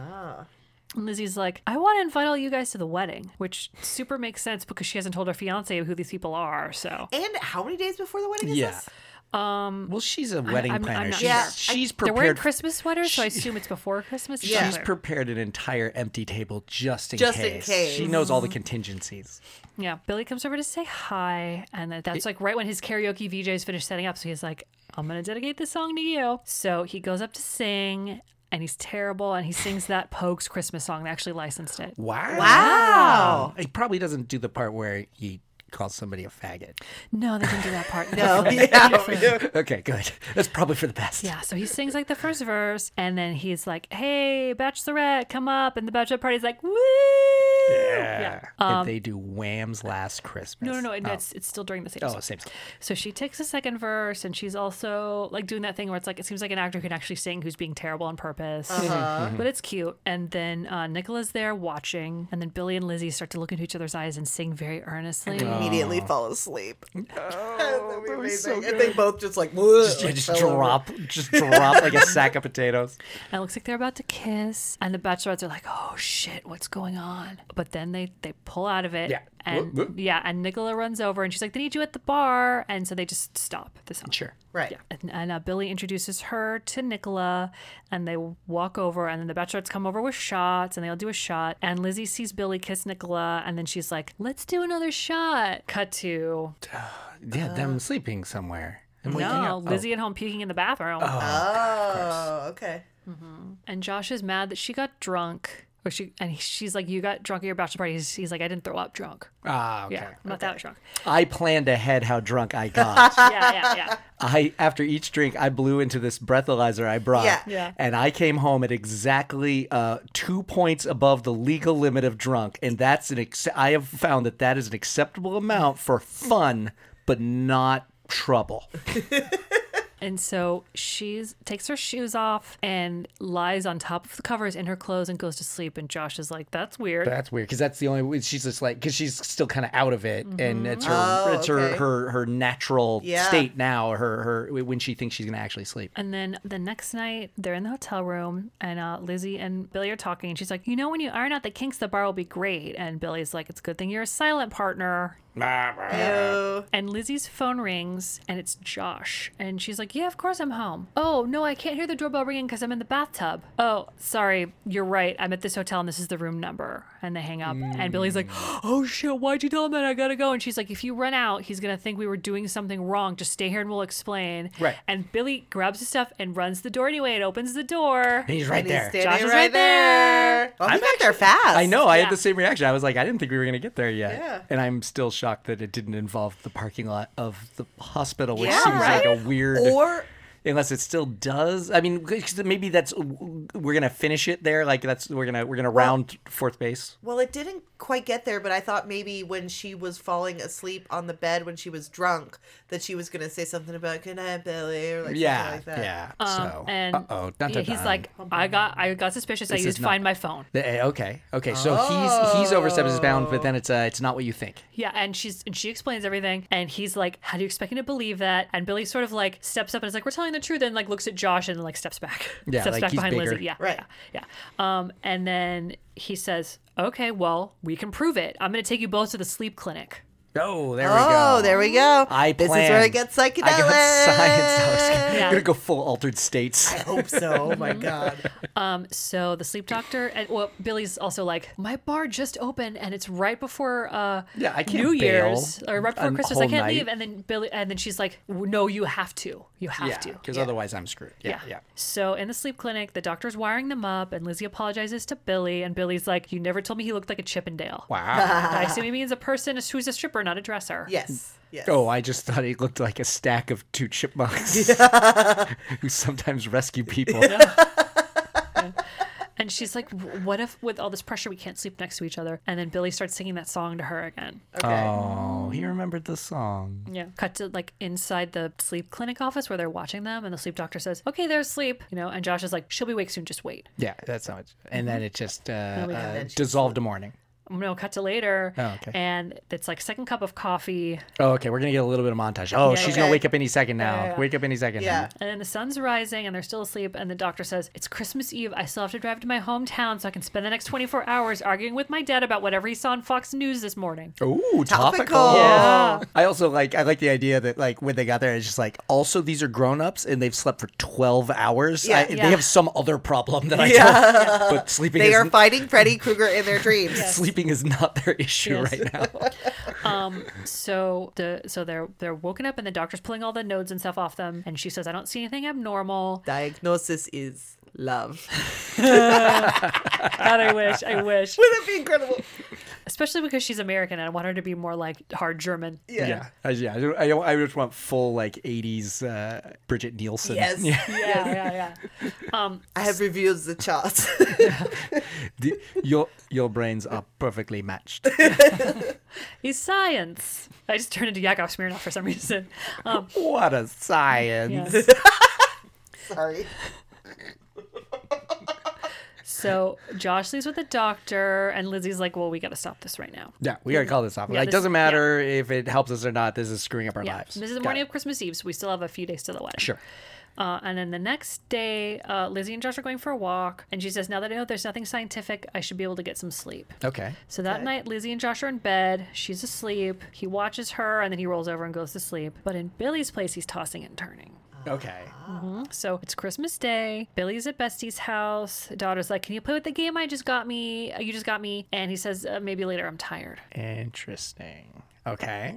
Speaker 1: And Lizzie's like, I want to invite all you guys to the wedding, which super makes sense because she hasn't told her fiance who these people are. So
Speaker 3: and how many days before the wedding is
Speaker 2: yeah.
Speaker 3: this?
Speaker 2: well, she's a wedding
Speaker 1: um, I'm- I'm
Speaker 2: planner.
Speaker 1: not
Speaker 2: she's
Speaker 3: Yeah, I-
Speaker 2: she's
Speaker 1: they're wearing
Speaker 2: prepared.
Speaker 1: Christmas sweaters, so I
Speaker 2: She-
Speaker 1: assume it's before Christmas. It's
Speaker 3: Yeah.
Speaker 1: not
Speaker 2: She's
Speaker 1: clear.
Speaker 2: prepared an entire empty table just in
Speaker 3: Just in
Speaker 2: case.
Speaker 3: case.
Speaker 2: She knows all the contingencies.
Speaker 1: yeah. Billy comes over to say hi, and that- that's like right when his karaoke VJ's finished setting up. So he's like, I'm gonna dedicate this song to you. So he goes up to sing. And he's terrible, and he sings that Pogues Christmas song. They actually licensed it.
Speaker 2: Wow.
Speaker 3: Wow.
Speaker 2: He probably doesn't do the part where he calls somebody a faggot.
Speaker 1: No, they didn't do that *laughs* part.
Speaker 3: No, *laughs* Oh, yeah.
Speaker 2: *laughs* Okay, good. That's probably for the best.
Speaker 1: Yeah, so he sings like the first verse, and then he's like, "Hey, bachelorette, come up!" And the bachelorette party's like, "Woo!"
Speaker 2: Yeah. and they do Wham's Last Christmas.
Speaker 1: Um, No, no, no, it- it's it's still during the same.
Speaker 2: Oh,
Speaker 1: song.
Speaker 2: same. song.
Speaker 1: So she takes the second verse, and she's also like doing that thing where it's like it seems like an actor who can actually sing who's being terrible on purpose, but it's cute. And then uh, Nicola's there watching, and then Billy and Lizzie start to look into each other's eyes and sing very earnestly.
Speaker 3: Immediately
Speaker 2: Oh.
Speaker 3: fall asleep. *laughs* That'd be amazing. and they both just like, "Whoa,"
Speaker 2: Yeah,
Speaker 3: like,
Speaker 2: just
Speaker 3: Oh, fell over.
Speaker 2: drop, just drop like a
Speaker 3: *laughs*
Speaker 2: sack of potatoes.
Speaker 1: And it looks like they're about to kiss. And the bachelorettes are like, oh shit, what's going on? But then they, they pull out of it.
Speaker 2: Yeah.
Speaker 1: And
Speaker 2: Whoop, whoop.
Speaker 1: yeah, and Nicola runs over and she's like, they need you at the bar. And so they just stop the song.
Speaker 2: Sure.
Speaker 3: Right.
Speaker 1: Yeah. And, and uh, Billy introduces her to Nicola and they walk over and then the bachelorettes come over with shots and they all do a shot. And Lizzie sees Billy kiss Nicola and then she's like, let's do another shot. Cut to
Speaker 2: Yeah, them sleeping somewhere. And waking
Speaker 1: Uh, no,
Speaker 2: up. Oh,
Speaker 1: Lizzie at home puking in the bathroom.
Speaker 3: Oh, okay.
Speaker 1: and Josh is mad that she got drunk. Or she and he- she's like, "You got drunk at your bachelor party." He's, he's like, "I didn't throw up drunk."
Speaker 2: Ah, okay.
Speaker 1: Yeah, I'm not that
Speaker 2: *laughs*
Speaker 1: drunk.
Speaker 2: I planned ahead how
Speaker 1: *laughs*
Speaker 2: drunk I got.
Speaker 1: Yeah, yeah, yeah.
Speaker 2: I after each drink, I blew into this breathalyzer I brought,
Speaker 3: Yeah.
Speaker 1: Yeah.
Speaker 2: and I came home at exactly uh, two points above the legal limit of drunk, and that's an. Ex- I have found that that is an acceptable amount for fun, but not trouble.
Speaker 1: And so she's takes her shoes off and lies on top of the covers in her clothes and goes to sleep. And Josh is like, "That's weird."
Speaker 2: That's weird because that's the only way- she's just like because she's still kind of out of it, and it's her
Speaker 3: Oh,
Speaker 2: it's
Speaker 3: okay.
Speaker 2: her, her her natural
Speaker 3: Yeah.
Speaker 2: state now. Her her when she thinks she's gonna actually sleep.
Speaker 1: And then the next night, they're in the hotel room, and uh, Lizzie and Billy are talking. And she's like, "You know, when you iron out the kinks, the bar will be great." And Billy's like, "It's a good thing you're a silent partner."
Speaker 3: Oh,
Speaker 1: And Lizzie's phone rings and it's Josh. And she's like, Yeah, of course I'm home. Oh, no, I can't hear the doorbell ringing because I'm in the bathtub. Oh, sorry. You're right. I'm at this hotel and this is the room number. And they hang up. And Billy's like,
Speaker 2: Mm.
Speaker 1: Oh shit, why'd you tell him that? I gotta go. And she's like, If you run out, he's gonna think we were doing something wrong. Just stay here and we'll explain.
Speaker 2: Right.
Speaker 1: And Billy grabs his stuff and runs the door anyway. It opens the door.
Speaker 2: And he's right
Speaker 3: and he's
Speaker 2: there.
Speaker 3: standing
Speaker 1: Josh is
Speaker 3: right,
Speaker 1: right
Speaker 3: there.
Speaker 1: there.
Speaker 3: Oh, he got there fast.
Speaker 2: I know. I
Speaker 1: Yeah.
Speaker 2: had the same reaction. I was like, I didn't think we were gonna get there yet.
Speaker 3: Yeah.
Speaker 2: And I'm still shocked that it didn't involve the parking lot of the hospital, which
Speaker 3: Yeah,
Speaker 2: seems like a
Speaker 3: right?
Speaker 2: weird.
Speaker 3: Or
Speaker 2: Unless it still does. I mean, 'cause maybe that's we're gonna finish it there. Like that's we're gonna we're gonna round fourth base.
Speaker 3: Well, it didn't quite get there, but I thought maybe when she was falling asleep on the bed when she was drunk that she was going to say something about "Good night, Billy" or like
Speaker 2: Yeah.
Speaker 3: something like that.
Speaker 2: Yeah. so.
Speaker 1: Um, And
Speaker 2: oh, Uh-oh. Dun,
Speaker 1: yeah,
Speaker 2: dun,
Speaker 1: he's
Speaker 2: dun.
Speaker 1: like, I got I got suspicious. I
Speaker 2: This
Speaker 1: used
Speaker 2: is not-
Speaker 1: find my phone.
Speaker 2: The- eh, okay. Okay. So he's he's overstepped his bound,
Speaker 1: Oh.
Speaker 2: but then it's uh, it's not what you think.
Speaker 1: Yeah, and she's and she explains everything, and he's like, "How do you expect me to believe that?" And Billy sort of like steps up and is like, "We're telling the truth," and like looks at Josh and like steps back, *laughs*
Speaker 2: Yeah,
Speaker 1: steps
Speaker 2: like,
Speaker 1: back
Speaker 2: he's
Speaker 1: behind
Speaker 2: bigger.
Speaker 1: Lizzie. Yeah,
Speaker 3: Right.
Speaker 1: yeah, yeah. Um, and then he says, "Okay, well, we can prove it. I'm going to take you both to the sleep clinic."
Speaker 2: Oh, there we go.
Speaker 3: Oh, there we go.
Speaker 2: I
Speaker 3: This is
Speaker 2: planned.
Speaker 3: where it gets
Speaker 2: I got *laughs* science. I was gonna-
Speaker 1: Yeah.
Speaker 2: gonna go full altered states.
Speaker 3: I hope so. *laughs* Oh my god.
Speaker 1: Um, so the sleep doctor, and well, Billy's also like, my bar just opened, and it's right before uh,
Speaker 2: Yeah, I can't
Speaker 1: New
Speaker 2: bail
Speaker 1: Year's or right before
Speaker 2: a
Speaker 1: Christmas. I
Speaker 2: whole
Speaker 1: can't leave.
Speaker 2: night.
Speaker 1: And then Billy, and then she's like, no, you have to, you have
Speaker 2: yeah,
Speaker 1: to.
Speaker 2: because otherwise I'm screwed. Yeah, yeah.
Speaker 1: So in the sleep clinic, the doctor's wiring them up, and Lizzie apologizes to Billy, and Billy's like, "You never told me he looked like a Chippendale." *laughs*
Speaker 2: Wow.
Speaker 1: I assume he means a person who's a stripper, not a dresser.
Speaker 3: Yes. Yes.
Speaker 2: Oh, I just thought he looked like a stack of two chipmunks *laughs* who sometimes rescue people.
Speaker 1: And she's like, "W- "What if with all this pressure we can't sleep next to each other?" And then Billy starts singing that song to her again.
Speaker 3: Okay.
Speaker 2: Oh, he remembered the song.
Speaker 1: Yeah. Cut to like inside the sleep clinic office where they're watching them, and the sleep doctor says, "Okay, there's sleep," you know. And Josh is like, "She'll be awake soon. Just wait."
Speaker 2: Yeah, that's how it. And then it just uh, uh,
Speaker 3: then she
Speaker 2: dissolved to morning.
Speaker 1: No, cut to later.
Speaker 2: Oh, okay.
Speaker 1: And it's like second cup of coffee,
Speaker 2: Oh, okay. We're gonna get a little bit of montage. Oh, she's gonna
Speaker 3: okay.
Speaker 2: wake up any second now.
Speaker 1: yeah.
Speaker 2: Wake up any second.
Speaker 3: Yeah.
Speaker 1: and then the sun's rising, and they're still asleep. And the doctor says, "It's Christmas Eve. I still have to drive to my hometown so I can spend the next 24 hours arguing with my dad about whatever he saw on Fox News this morning."
Speaker 2: Now. Ooh, topical.
Speaker 3: Topical. Yeah.
Speaker 2: I also like. I like the idea that like when they got there, it's just like. Also, these are grown ups and they've slept for twelve hours. I-
Speaker 3: Yeah.
Speaker 2: They
Speaker 1: Yeah.
Speaker 2: have some other problem that I don't. But sleeping.
Speaker 3: They
Speaker 2: is
Speaker 3: are fighting *laughs* Freddy Krueger in their dreams.
Speaker 2: Sleeping is not their issue
Speaker 1: Yes.
Speaker 2: right now.
Speaker 1: Um, so the so they're they're woken up, and the doctor's pulling all the nodes and stuff off them, and she says, "I don't see anything abnormal."
Speaker 3: Diagnosis is *laughs* love.
Speaker 1: God, I wish, I wish.
Speaker 3: Wouldn't that be incredible?
Speaker 1: Especially because she's American, and I want her to be more like hard German.
Speaker 2: *laughs*
Speaker 3: Yeah.
Speaker 2: Yeah, I, yeah. I, don't- I, don't- I just want full like '80s uh, Bridget Nielsen. *laughs*
Speaker 3: Yes.
Speaker 1: Yeah, yeah, yeah.
Speaker 3: I have reviewed the charts. *laughs*
Speaker 2: The- your your brains are perfectly matched.
Speaker 1: He's science. I just turned into Yakov Smirnoff for some reason. Um,
Speaker 2: what a science!
Speaker 1: yeah.
Speaker 3: Sorry.
Speaker 1: So Josh leaves with the doctor, and Lizzie's like, "Well, we got to stop this right now."
Speaker 2: Yeah, we gotta call this off.
Speaker 1: Yeah,
Speaker 2: like,
Speaker 1: this-
Speaker 2: doesn't matter if it helps us or not. This is screwing up our
Speaker 1: Yeah,
Speaker 2: lives.
Speaker 1: this is the
Speaker 2: Got
Speaker 1: morning
Speaker 2: it.
Speaker 1: of Christmas Eve, so we still have a few days to the wedding.
Speaker 2: Sure.
Speaker 1: Uh, and then the next day, uh, Lizzie and Josh are going for a walk, and she says, "Now that I know there's nothing scientific, I should be able to get some sleep."
Speaker 2: Okay.
Speaker 1: So that night, Lizzie and Josh are in bed. She's asleep. He watches her, and then he rolls over and goes to sleep. But in Billy's place, he's tossing and turning.
Speaker 2: Okay. Oh.
Speaker 1: So it's Christmas Day. Billy's at Bestie's house. Daughter's like, "Can you play with the game I just got me? uh, You just got me." And he says, uh, "Maybe later. I'm tired."
Speaker 2: Interesting. Okay.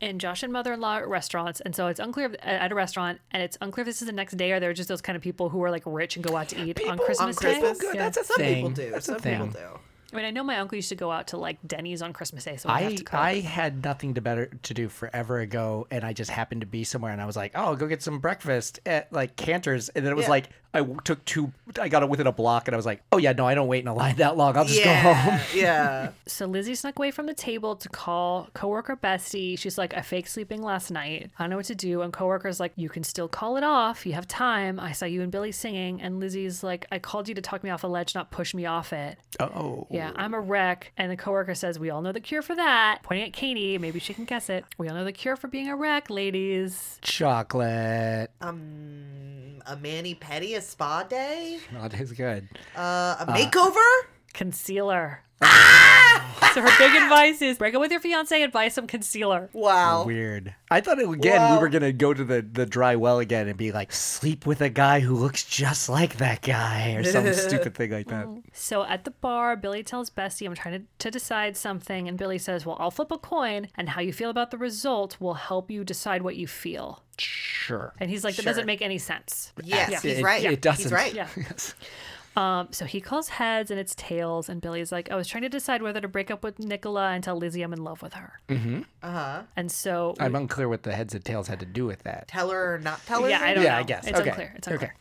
Speaker 1: And Josh and mother-in-law are at restaurants, and so it's unclear if, at a restaurant, and it's unclear if this is the next day or they're just those kind of people who are like rich and go out to eat on Christmas
Speaker 3: Christmas?
Speaker 1: Day.
Speaker 3: Good,
Speaker 1: Yeah.
Speaker 2: That's a
Speaker 3: Some people
Speaker 2: thing.
Speaker 3: do.
Speaker 2: That's
Speaker 3: Some
Speaker 2: a thing.
Speaker 3: people do.
Speaker 1: I mean, I know my uncle used to go out to like Denny's on Christmas Day, so I have
Speaker 2: I
Speaker 1: to go.
Speaker 2: I had nothing to better to do forever ago, and I just happened to be somewhere, and I was like, "Oh, I'll go get some breakfast at like Cantor's," and then it was
Speaker 3: Yeah.
Speaker 2: like I w- took two, I got it within a block, and I was like, "Oh yeah, no, I don't wait in a line *laughs* that long. I'll just go home."
Speaker 3: *laughs* Yeah. yeah.
Speaker 1: So Lizzie snuck away from the table to call coworker Bessie. She's like, I fake sleeping last night. I don't know what to do. And coworker's like, You can still call it off. You have time. I saw you and Billy singing. And Lizzie's like, I called you to talk me off a ledge, not push me off it.
Speaker 2: Oh,
Speaker 1: Yeah, I'm a wreck. And the coworker says, We all know the cure for that. Pointing at Katie, maybe she can guess it. We all know the cure for being a wreck, ladies.
Speaker 2: chocolate.
Speaker 3: A mani petty, a spa day,
Speaker 2: Not as Oh, good.
Speaker 3: uh, a makeover.
Speaker 1: Concealer. *laughs* so her big advice is break up with your fiance and buy some concealer.
Speaker 3: Wow.
Speaker 2: Weird. I thought it, again we
Speaker 3: Well-
Speaker 2: were gonna go to the the dry well again and be like sleep with a guy who looks just like that guy or
Speaker 3: *laughs*
Speaker 2: some stupid thing like that.
Speaker 3: Mm.
Speaker 1: So at the bar, Billy tells Bessie, I'm trying to, to decide something. And Billy says, Well, I'll flip a coin, and how you feel about the result will help you decide what you feel.
Speaker 2: Sure.
Speaker 1: And he's like, That doesn't make any sense.
Speaker 3: Yes,
Speaker 1: Yeah.
Speaker 3: he's
Speaker 2: It-
Speaker 3: right.
Speaker 2: it doesn't. *laughs*
Speaker 3: He's right.
Speaker 1: Yeah. Um, so he calls heads and it's tails. And Billy's like, I was trying to decide whether to break up with Nicola and tell Lizzie I'm in love with her. Mm hmm. Uh
Speaker 2: Mm-hmm.
Speaker 1: huh. And so.
Speaker 2: I'm unclear what the heads and tails had to do with that.
Speaker 3: Tell her or not tell her.
Speaker 1: yeah, I don't
Speaker 2: Yeah,
Speaker 1: know.
Speaker 2: I guess.
Speaker 1: It's
Speaker 2: Okay.
Speaker 1: unclear. It's unclear.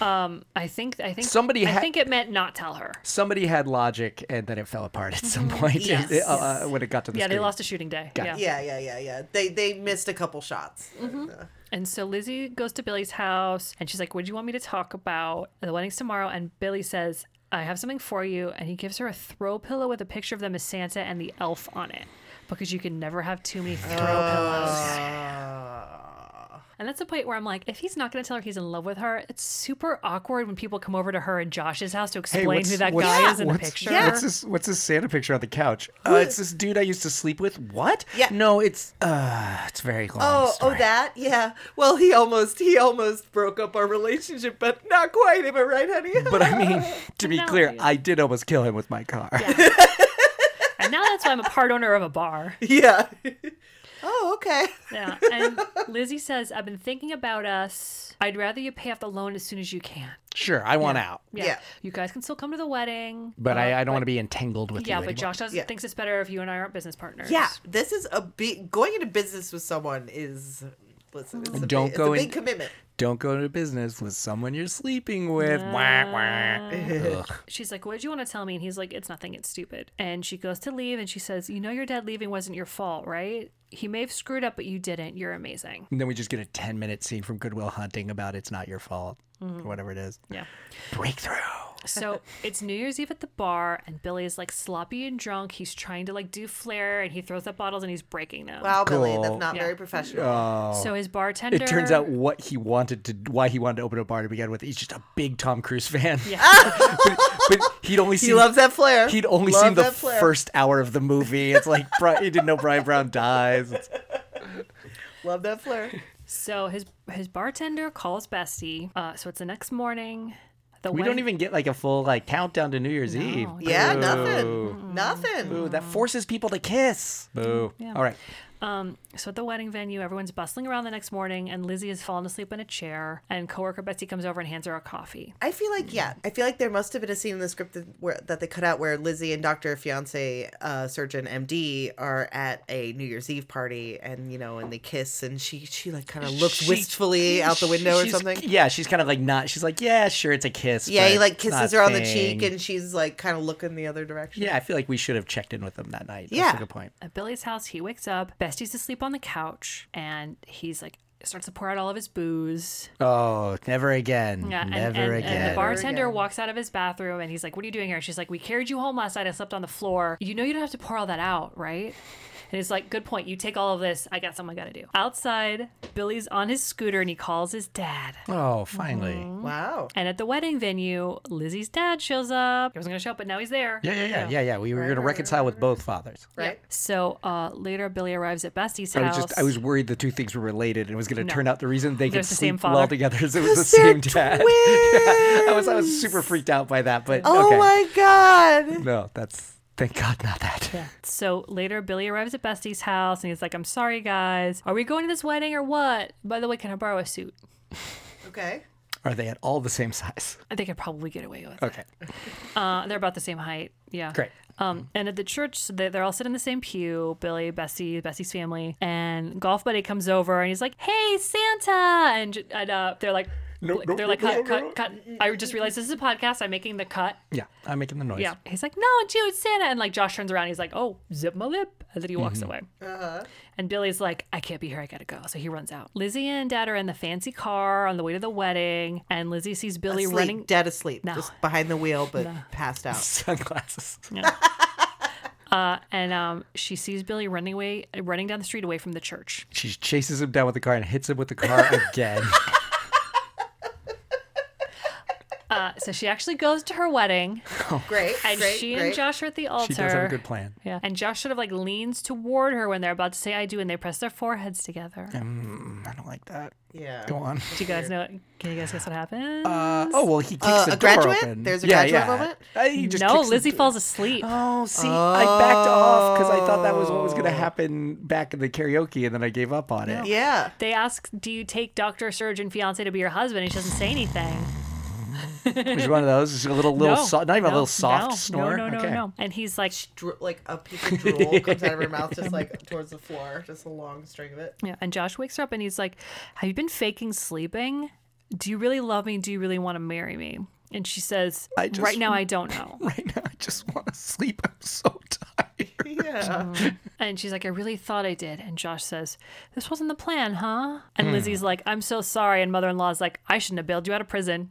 Speaker 1: Um, I think I think
Speaker 2: Somebody
Speaker 1: I
Speaker 2: ha-
Speaker 1: think it meant not tell her.
Speaker 2: Somebody had logic and then it fell apart at some point *laughs*
Speaker 3: Yes.
Speaker 2: uh, uh, when it got to the
Speaker 1: Mm, Yeah, they
Speaker 2: screen.
Speaker 1: lost a shooting day.
Speaker 2: Got it.
Speaker 1: yeah.
Speaker 3: Yeah, yeah, yeah, yeah. They they missed a couple shots.
Speaker 1: And so Lizzie goes to Billy's house and she's like, What do you want me to talk about? The wedding's tomorrow. And Billy says, I have something for you. And he gives her a throw pillow with a picture of them as Santa and the elf
Speaker 3: Uh,
Speaker 1: on it because you can never have too many throw pillows. And that's the point where I'm like, if he's not going to tell her he's in love with her, it's super awkward when people come over to her and Josh's house to explain who that guy is in the
Speaker 2: what's-
Speaker 1: picture.
Speaker 2: What's this? What's this Santa picture on the couch? Uh, it's this dude I used to sleep with. What?
Speaker 3: Yeah.
Speaker 2: No, it's uh, it's very long.
Speaker 3: Oh,
Speaker 2: story.
Speaker 3: oh, that, yeah. Well, he almost, he almost broke up our relationship, but not quite. Am I right, honey?
Speaker 2: *laughs* But I
Speaker 1: *laughs*
Speaker 2: mean, to be
Speaker 1: No.
Speaker 2: clear, I did almost kill him with my car.
Speaker 1: And now that's why I'm a part owner of a
Speaker 2: *laughs*
Speaker 1: bar.
Speaker 3: yeah. *laughs* oh, okay.
Speaker 1: Yeah. And Lizzie says, I've been thinking about us. I'd rather you pay off the loan as soon as you can.
Speaker 2: *laughs* Sure, I want out,
Speaker 1: Yeah.
Speaker 3: Yeah.
Speaker 1: You guys can still come to the wedding.
Speaker 2: but I, I don't want to be entangled with
Speaker 1: Yeah,
Speaker 2: you.
Speaker 1: but
Speaker 2: anymore.
Speaker 1: Josh does,
Speaker 3: Yeah.
Speaker 1: thinks it's better if you and I aren't business partners.
Speaker 3: Yeah, this is a big going into business with someone is listen. It's a
Speaker 2: Don't
Speaker 3: big,
Speaker 2: go
Speaker 3: it's a
Speaker 2: in-
Speaker 3: big commitment.
Speaker 2: don't go into business with someone you're sleeping with. Wah, wah. Ugh.
Speaker 1: She's like, What did you want to tell me? And he's like, It's nothing, it's stupid. And she goes to leave and she says, You know, your dad leaving wasn't your fault, right? He may have screwed up, but you didn't. You're amazing.
Speaker 2: And then we just get a 10 minute scene from Goodwill Hunting about it's not your fault
Speaker 3: Mm-hmm.
Speaker 2: or whatever it is.
Speaker 1: Yeah.
Speaker 2: Breakthrough. *laughs*
Speaker 1: So it's New Year's Eve at the bar, and Billy is like sloppy and drunk. He's trying to like do flair, and he throws up bottles and he's breaking them.
Speaker 3: Wow, Billy, that's
Speaker 2: Cool.
Speaker 3: not
Speaker 1: Yeah.
Speaker 3: very professional.
Speaker 2: Uh,
Speaker 1: So his bartender.
Speaker 2: It turns out what he wanted to, why he wanted to open a bar to begin with. He's just a big Tom Cruise fan. Yeah. *laughs* but, but he'd only
Speaker 3: he
Speaker 2: seen.
Speaker 3: loves that flair.
Speaker 2: He'd only
Speaker 3: Love
Speaker 2: seen the
Speaker 3: that flair.
Speaker 2: first hour of the movie. It's
Speaker 3: *laughs*
Speaker 2: like Bri- he didn't know Brian Brown dies. It's-
Speaker 3: Love that flair.
Speaker 1: So his his bartender calls Bessie. Uh, so it's the next morning. The
Speaker 2: we don't even get like a full like countdown to New Year's Eve.
Speaker 3: Yeah,
Speaker 2: Boo.
Speaker 3: nothing. Nothing.
Speaker 2: Boo. That forces people to kiss. Boo. All right.
Speaker 1: Um, so at the wedding venue, everyone's bustling around the next morning, and Lizzie has fallen asleep in a chair. And coworker Betsy comes over and hands her a coffee.
Speaker 3: I feel like yeah. I feel like there must have been a scene in the script that, where, that they cut out where Lizzie and Doctor Fiance uh, Surgeon MD are at a New Year's Eve party, and you know, and they kiss, and she she like kind of looks
Speaker 2: She-
Speaker 3: wistfully out the window or
Speaker 2: she's-
Speaker 3: something.
Speaker 2: Yeah, she's kind of like not. She's like, yeah, sure, it's a kiss.
Speaker 3: yeah,
Speaker 2: but
Speaker 3: he like
Speaker 2: it's not
Speaker 3: kisses
Speaker 2: a
Speaker 3: her on the
Speaker 2: thing."
Speaker 3: cheek, and she's like kind of looking the other direction.
Speaker 2: yeah, I feel like we should have checked in with them that night.
Speaker 3: Yeah.
Speaker 2: That's a good point.
Speaker 1: At Billy's house, he wakes up. Bestie's asleep on the couch, and he's like starts to pour out all of his booze.
Speaker 2: Oh, never again.
Speaker 1: Yeah, and,
Speaker 2: never
Speaker 1: and,
Speaker 2: again.
Speaker 1: and the bartender
Speaker 3: again.
Speaker 1: walks out of his bathroom and he's like, What are you doing here? And she's like, We carried you home last night. I slept on the floor. You know, you don't have to pour all that out, right? And he's like, Good point. You take all of this. I got something I got to do. Outside, Billy's on his scooter and he calls his dad.
Speaker 2: oh, finally.
Speaker 1: Mm-hmm.
Speaker 3: Wow.
Speaker 1: And at the wedding venue, Lizzie's dad shows up. He wasn't going to show up, but now he's there.
Speaker 2: Yeah, yeah, yeah, yeah, yeah. We were going to reconcile with both fathers.
Speaker 3: Right.
Speaker 1: So uh, later, Billy arrives at Bestie's
Speaker 2: I
Speaker 1: house.
Speaker 2: was just I was worried the two things were related and it was going to turn out the reason they could
Speaker 1: There's the same
Speaker 2: sleep well
Speaker 1: father.
Speaker 2: together is
Speaker 3: *laughs*
Speaker 2: it was the same dad. *laughs* I was I was super freaked out by that, but
Speaker 3: Oh
Speaker 2: okay.
Speaker 3: my god.
Speaker 2: No, that's thank God not that.
Speaker 1: So later, Billy arrives at Bestie's house and he's like, I'm sorry, guys. Are we going to this wedding or what? By the way, can I borrow a suit?
Speaker 3: Okay.
Speaker 2: Are they at all the same size?
Speaker 1: They could probably get away with it.
Speaker 2: Okay.
Speaker 1: Uh, they're about the same height. Yeah.
Speaker 2: Great.
Speaker 1: Um, and at the church, so they- they're all sitting in the same pew. Billy, Bessie, Bessie's family, and golf buddy comes over and he's like, "Hey, Santa!" And, j- and uh, they're like,
Speaker 2: No, no,
Speaker 1: they're like,
Speaker 2: no,
Speaker 1: cut,
Speaker 2: no,
Speaker 1: cut, cut.
Speaker 2: no."
Speaker 1: I just realized this is a podcast. I'm making the cut.
Speaker 2: Yeah, I'm making the noise.
Speaker 1: Yeah. He's like, "No, it's you, it's Santa." And like Josh turns around, he's like, "Oh, zip my lip," and then he walks away.
Speaker 2: Uh-huh.
Speaker 1: And Billy's like, I can't be here. I gotta go. So he runs out. Lizzie and Dad are in the fancy car on the way to the wedding, and Lizzie sees Billy
Speaker 3: Sleep,
Speaker 1: running.
Speaker 3: dead asleep,
Speaker 1: No.
Speaker 3: just behind the wheel, but
Speaker 1: *laughs*
Speaker 3: passed out.
Speaker 2: Sunglasses.
Speaker 1: and um, she sees Billy running away, running down the street away from the church.
Speaker 2: She chases him down with the car and hits him with the *laughs* car again.
Speaker 1: Uh, so she actually goes to her
Speaker 3: *laughs*
Speaker 1: wedding,
Speaker 3: Great.
Speaker 1: and
Speaker 3: great,
Speaker 1: she
Speaker 3: great.
Speaker 1: and Josh are at the altar.
Speaker 2: she does have a good plan.
Speaker 1: Yeah, and Josh sort of like leans toward her when they're about to say "I do," and they press their foreheads together.
Speaker 2: Mm, I don't like that.
Speaker 3: Yeah.
Speaker 2: Go on.
Speaker 1: Do you guys know? Can you guys guess what happens?
Speaker 2: Uh, Mm. oh well, he kicks
Speaker 3: Uh,
Speaker 2: the
Speaker 3: a
Speaker 2: door
Speaker 3: graduate?
Speaker 2: open.
Speaker 3: There's a
Speaker 2: Yeah,
Speaker 3: graduate
Speaker 2: yeah.
Speaker 3: moment?
Speaker 2: Uh, he just
Speaker 1: no,
Speaker 2: kicks the
Speaker 1: Lizzie
Speaker 2: door.
Speaker 1: falls asleep.
Speaker 2: Oh, see, I backed off because I thought that was what was going to happen back in the karaoke, and then I gave up on it.
Speaker 3: Yeah.
Speaker 1: They ask, "Do you take Doctor Surgeon Fiance to be your husband?" And she doesn't say anything.
Speaker 2: It was one of those, just a little, little,
Speaker 1: no,
Speaker 2: so- not even
Speaker 1: no,
Speaker 2: a little soft
Speaker 1: no,
Speaker 2: snore.
Speaker 1: No, no, no,
Speaker 2: okay.
Speaker 1: no. And he's like,
Speaker 3: Dro- like a piece of drool comes out of her mouth, just
Speaker 1: *laughs*
Speaker 3: like towards the floor, just a long string of it.
Speaker 1: Yeah, and Josh wakes her up and he's like, Have you been faking sleeping? Do you really love me? Do you really want to marry me? And she says,
Speaker 2: I just-
Speaker 1: Right
Speaker 2: *laughs*
Speaker 1: now, I don't know.
Speaker 2: *laughs* Right now, I just want to sleep. I'm so tired.
Speaker 3: Yeah.
Speaker 1: And she's like, I really thought I did. And Josh says, This wasn't the plan, huh?
Speaker 2: Hmm. *laughs*
Speaker 1: And Lizzie's like, I'm so sorry. And mother in law's like, I shouldn't have bailed you out of prison.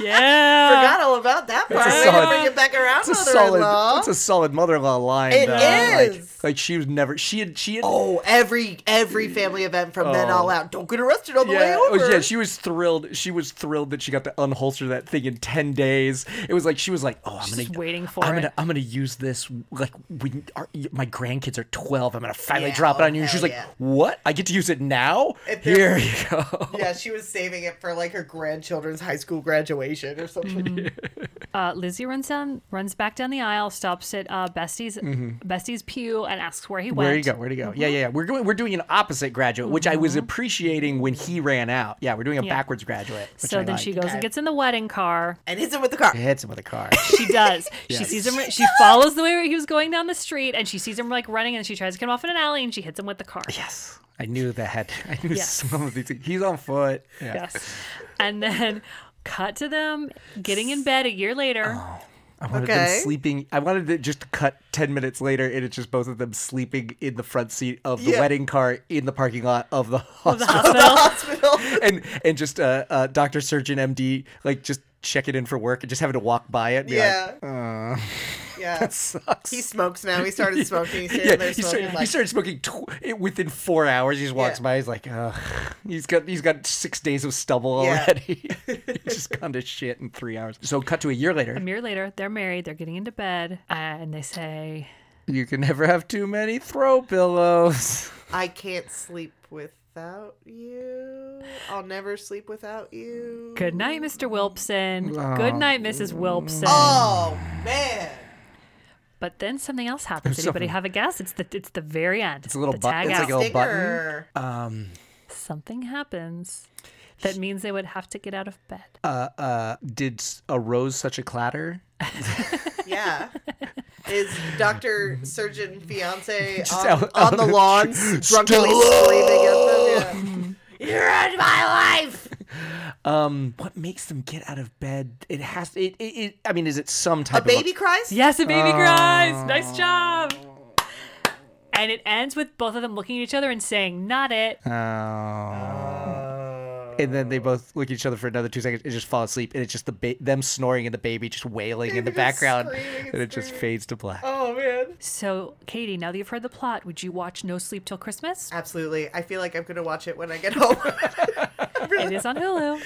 Speaker 1: yeah.
Speaker 3: Forgot all about that part. Way to
Speaker 2: solid-
Speaker 3: bring it back around,
Speaker 2: It's a solid.
Speaker 3: mother-in-law.
Speaker 2: It's a solid mother-in-law line.
Speaker 3: It
Speaker 2: though. Like-
Speaker 3: is.
Speaker 2: Like, she was never. She had. She had.
Speaker 3: Oh, every every family event from then all out. Don't get arrested on the way
Speaker 2: Oh. Yeah, oh,
Speaker 3: over.
Speaker 2: yeah, she was thrilled. She was thrilled that she got to unholster that thing in ten days. It was like she was like, "Oh, I'm gonna
Speaker 1: just waiting for
Speaker 2: I'm
Speaker 1: it.
Speaker 2: gonna I'm gonna use this like when our, my grandkids are 12. I'm gonna finally
Speaker 3: Yeah,
Speaker 2: drop it
Speaker 3: oh,
Speaker 2: on you." And she's
Speaker 3: hell
Speaker 2: like,
Speaker 3: yeah.
Speaker 2: "What? I get to use it now?
Speaker 3: If
Speaker 2: Here
Speaker 3: they're-
Speaker 2: you go." *laughs*
Speaker 3: *laughs* Yeah, she was saving it for like her grandchildren's high school graduation or something.
Speaker 2: Mm-hmm.
Speaker 1: Uh, Lizzie runs down, runs back down the aisle, stops at uh, Bestie's Bestie's pew, and asks where he went.
Speaker 2: Mm-hmm. Where you go? Where to go?
Speaker 1: Mm-hmm.
Speaker 2: Yeah, yeah, yeah. We're going. We're doing an opposite graduate, which I was appreciating when he ran out. Yeah, we're doing a
Speaker 1: Yeah.
Speaker 2: backwards graduate. Which
Speaker 1: So
Speaker 2: I
Speaker 1: then
Speaker 2: like.
Speaker 1: she goes and gets in the wedding car.
Speaker 3: *laughs* And hits him with the car.
Speaker 2: hits him with a car.
Speaker 1: *laughs* She does.
Speaker 2: *laughs*
Speaker 1: She sees him. She follows the way he was going down the street, and she sees him like running, and she tries to get him off in an alley, and she hits him with the car.
Speaker 2: yes, I knew that. I knew
Speaker 1: Yes.
Speaker 2: some of these. Things. He's on foot. Yeah.
Speaker 1: Yes. And then cut to them getting in bed a year later.
Speaker 2: Oh. I wanted them
Speaker 3: Okay.
Speaker 2: sleeping. I wanted it just to cut 10 minutes later, and it's just both of them sleeping in the front seat of the
Speaker 3: Yeah.
Speaker 2: wedding car in the parking lot of the
Speaker 1: The
Speaker 2: hospital.
Speaker 1: hospital.
Speaker 2: *laughs* and, and just uh, uh, Dr. Surgeon MD, like, just checking in for work and just having to walk by it. And be
Speaker 3: Yeah.
Speaker 2: Like, uh,
Speaker 3: *laughs* Yeah.
Speaker 2: that sucks. *laughs*
Speaker 3: He smokes now. He started smoking. He's
Speaker 2: yeah,
Speaker 3: standing there
Speaker 2: he,
Speaker 3: smoking.
Speaker 2: started, he
Speaker 3: like,
Speaker 2: started smoking tw- it- within four hours. He just walks
Speaker 3: Yeah.
Speaker 2: by. He's like, Ugh. he's got he's got six days of stubble
Speaker 3: Yeah.
Speaker 2: already. *laughs*
Speaker 3: *laughs*
Speaker 2: he's just gone to shit in three hours. So cut to a year later.
Speaker 1: A year later, they're married. They're getting into bed, and they say,
Speaker 2: You can never have too many throw pillows.
Speaker 3: I can't sleep without you. I'll never sleep without you.
Speaker 1: "Good night, Mr. Wilpson. Good night, Mrs. Wilpson."
Speaker 3: Oh man.
Speaker 1: But then something else happens. Anybody
Speaker 2: Something-
Speaker 1: have a guess? It's the it's the very end. It's
Speaker 2: a little
Speaker 1: the
Speaker 2: bu-
Speaker 1: tag
Speaker 2: it's
Speaker 1: out.
Speaker 2: like a little button.
Speaker 3: Stinger.
Speaker 2: Uh.
Speaker 1: Something happens that means they would have to get out of bed.
Speaker 2: Did s- a rose such a clatter? *laughs*
Speaker 3: Yeah. Is Dr. Surgeon
Speaker 2: *laughs*
Speaker 3: Fiance on,
Speaker 2: out-
Speaker 3: on
Speaker 2: *laughs*
Speaker 3: the lawn drunkenly screaming at them? Yeah. You ruined my life.
Speaker 2: *laughs* Um, what makes them get out of bed? It has. It. it, it I mean, is it some
Speaker 3: A
Speaker 2: type
Speaker 3: baby
Speaker 2: of
Speaker 3: cries?
Speaker 1: Yes, a baby cries. Nice job. And it ends with both of them looking at each other and saying, "Not it."
Speaker 2: a? Oh.
Speaker 3: Oh.
Speaker 2: and then they both look at each other for another two seconds and just fall asleep. And it's just the ba- them snoring and the baby just wailing in the
Speaker 3: Just
Speaker 2: background,
Speaker 3: screaming and
Speaker 2: and it just
Speaker 3: screaming.
Speaker 2: fades to black.
Speaker 3: Oh man.
Speaker 1: So, Katie, now that you've heard the plot, would you watch No Sleep Till
Speaker 3: *laughs*
Speaker 1: Christmas?
Speaker 3: Absolutely. I feel like I'm gonna watch it when I get *laughs* home.
Speaker 1: It is on Hulu.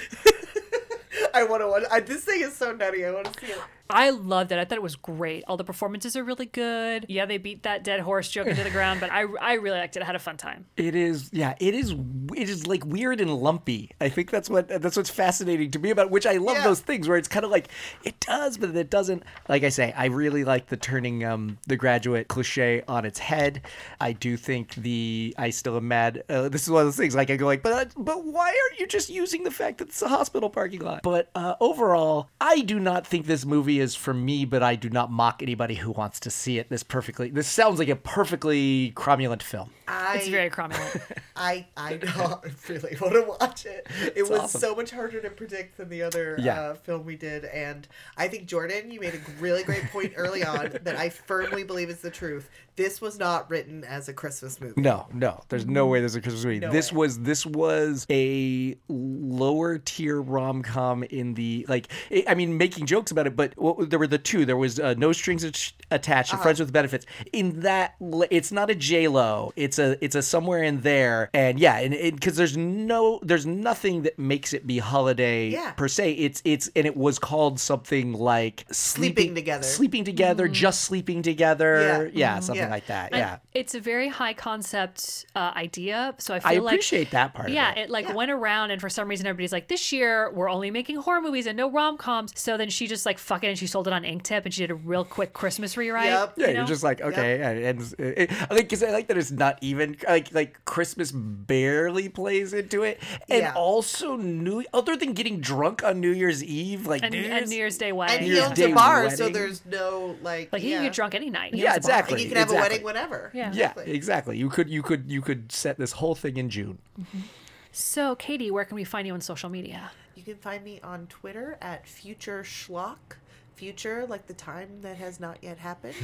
Speaker 3: I want to watch. I, this thing is so nutty. I want to see it.
Speaker 1: I loved it. I thought it was great. All the performances are really good. Yeah, they beat that dead horse joke into the ground, but I, I really liked it. I had a fun time.
Speaker 2: It is, yeah. It is. It is like weird and lumpy. I think that's what that's what's fascinating to me about. Which I love
Speaker 3: Yeah.
Speaker 2: those things where it's kind of like it does, but it doesn't. Like I say, I really like the turning um, the graduate cliche on its head. I do think the I still am mad. Uh, this is one of those things. Like I go like, but but why aren't you just using the fact that it's a hospital parking lot? But uh, overall, I do not think this movie is for me. But I do not mock anybody who wants to see it. This perfectly. This sounds like a perfectly cromulent film.
Speaker 3: I,
Speaker 1: It's very cromulent.
Speaker 3: I, I know. *laughs* I really want to watch it. It was
Speaker 2: awesome.
Speaker 3: so much harder to predict than the other
Speaker 2: Yeah.
Speaker 3: uh, film we did, and I think Jordan, you made a really great point early
Speaker 1: *laughs*
Speaker 3: on that I firmly believe is the truth. This was not written as a Christmas movie.
Speaker 2: No, no. There's no way there's a Christmas movie.
Speaker 3: No
Speaker 2: this
Speaker 3: way.
Speaker 2: was this was a lower tier rom com in the like. i I mean, making jokes about it, but what, there were the two. There was uh, No Strings Att- Attached,
Speaker 3: Ah.
Speaker 2: and Friends with Benefits. In that, l- it's not a J Lo. It's a it's a somewhere in there. And yeah, and because there's no there's nothing that makes it be holiday
Speaker 3: Yeah.
Speaker 2: per se. It's it's and it was called something like sleeping,
Speaker 3: Together. Mm-hmm.
Speaker 2: sleeping together, just sleeping together.
Speaker 3: Yeah. Mm-hmm.
Speaker 2: Yeah, something
Speaker 3: Yeah.
Speaker 2: like that.
Speaker 1: And
Speaker 2: Yeah.
Speaker 1: It's a very high concept uh, idea. So I feel
Speaker 2: I
Speaker 1: like.
Speaker 2: appreciate that part. of
Speaker 1: Yeah,
Speaker 2: it.
Speaker 1: it like went around, and for some reason, everybody's like, "This year we're only making horror movies and no rom coms." So then she just like fuck it, and she sold it on Inktip, and she did a real quick Christmas rewrite.
Speaker 3: Yep.
Speaker 2: Yeah,
Speaker 1: you
Speaker 2: you are
Speaker 1: know?
Speaker 2: just like okay, and, and it, I like because I like that it's not even like like Christmas barely plays into it, and
Speaker 3: Yeah.
Speaker 2: also New other than getting drunk on New Year's Eve, like
Speaker 1: and,
Speaker 2: New
Speaker 1: and
Speaker 2: Year's,
Speaker 1: New Year's Day wedding.
Speaker 3: And he
Speaker 2: Year's
Speaker 3: owns
Speaker 2: Day
Speaker 3: a bar, so
Speaker 2: wedding.
Speaker 3: there's no like.
Speaker 1: Like he
Speaker 3: yeah.
Speaker 1: can get drunk any night. He
Speaker 2: Yeah,
Speaker 1: owns a bar.
Speaker 2: exactly.
Speaker 3: And you can have
Speaker 2: Exactly.
Speaker 3: a wedding whenever.
Speaker 1: Yeah.
Speaker 2: yeah, exactly. You could you could you could set this whole thing in June.
Speaker 1: So, Katie, where can we find you on social media?
Speaker 3: You can find me on Twitter at Future Schlock. Future, like the time that has not yet happened.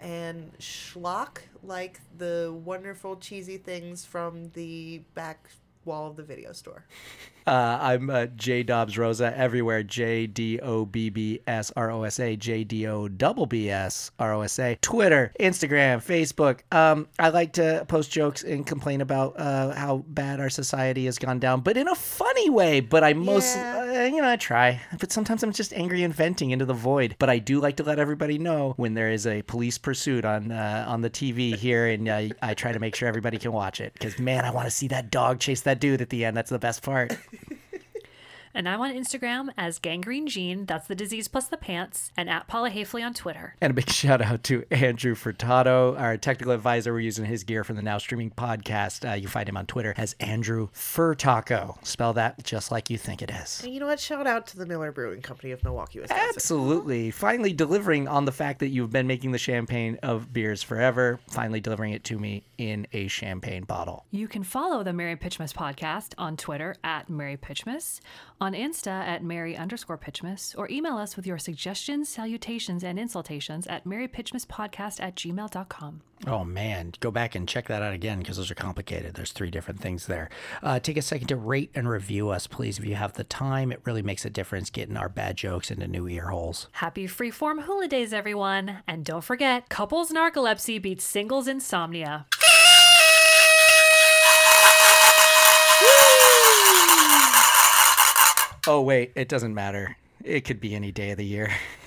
Speaker 3: and Schlock, like the wonderful cheesy things from the back wall of the video store.
Speaker 2: Uh, I'm uh, J Dobbs Rosa everywhere. J D O B B S R O S A. J D O double B S R O S A. Twitter, Instagram, Facebook. Um, I like to post jokes and complain about uh, how bad our society has gone down, but in a funny way. But I most,
Speaker 3: Yeah.
Speaker 2: uh, you know, I try. But sometimes I'm just angry and venting into the void. But I do like to let everybody know when there is a police pursuit on uh, on the TV here, and uh, I try to make sure everybody can watch it because man, I want to see that dog chase that dude at the end. That's the best part.
Speaker 1: And I'm on Instagram as Gangrene Jean. That's the disease plus the pants. And at Paula Hafley on Twitter.
Speaker 2: And
Speaker 12: *laughs*
Speaker 2: a big shout out to Andrew Furtado, our technical advisor. We're using his gear from the Now Streaming podcast. Uh, you find him on Twitter as Andrew Furtaco. Spell that just like you think it is.
Speaker 3: And you know what? Shout out to the Miller Brewing Company of Milwaukee, Wisconsin.
Speaker 2: Absolutely. Finally delivering on the fact that you've been making the champagne of beers forever, finally delivering it to me in a champagne bottle.
Speaker 1: You can follow the Mary Pitchmas podcast on Twitter at Mary Pitchmas, on Insta at Mary underscore Pitchmas, or email us with your suggestions, salutations, and insultations at marypitchmaspodcast at gmail.com.
Speaker 12: Oh man, go back and check that out again because those are complicated. There's three different things there. Uh, take a second to rate and review us, please, if you have the time. It really makes a difference getting our bad jokes into new ear holes.
Speaker 1: Happy freeform hula days, everyone. And don't forget, couples narcolepsy beats singles insomnia.
Speaker 2: Oh, wait, it doesn't matter. It could be any day of the year. *laughs*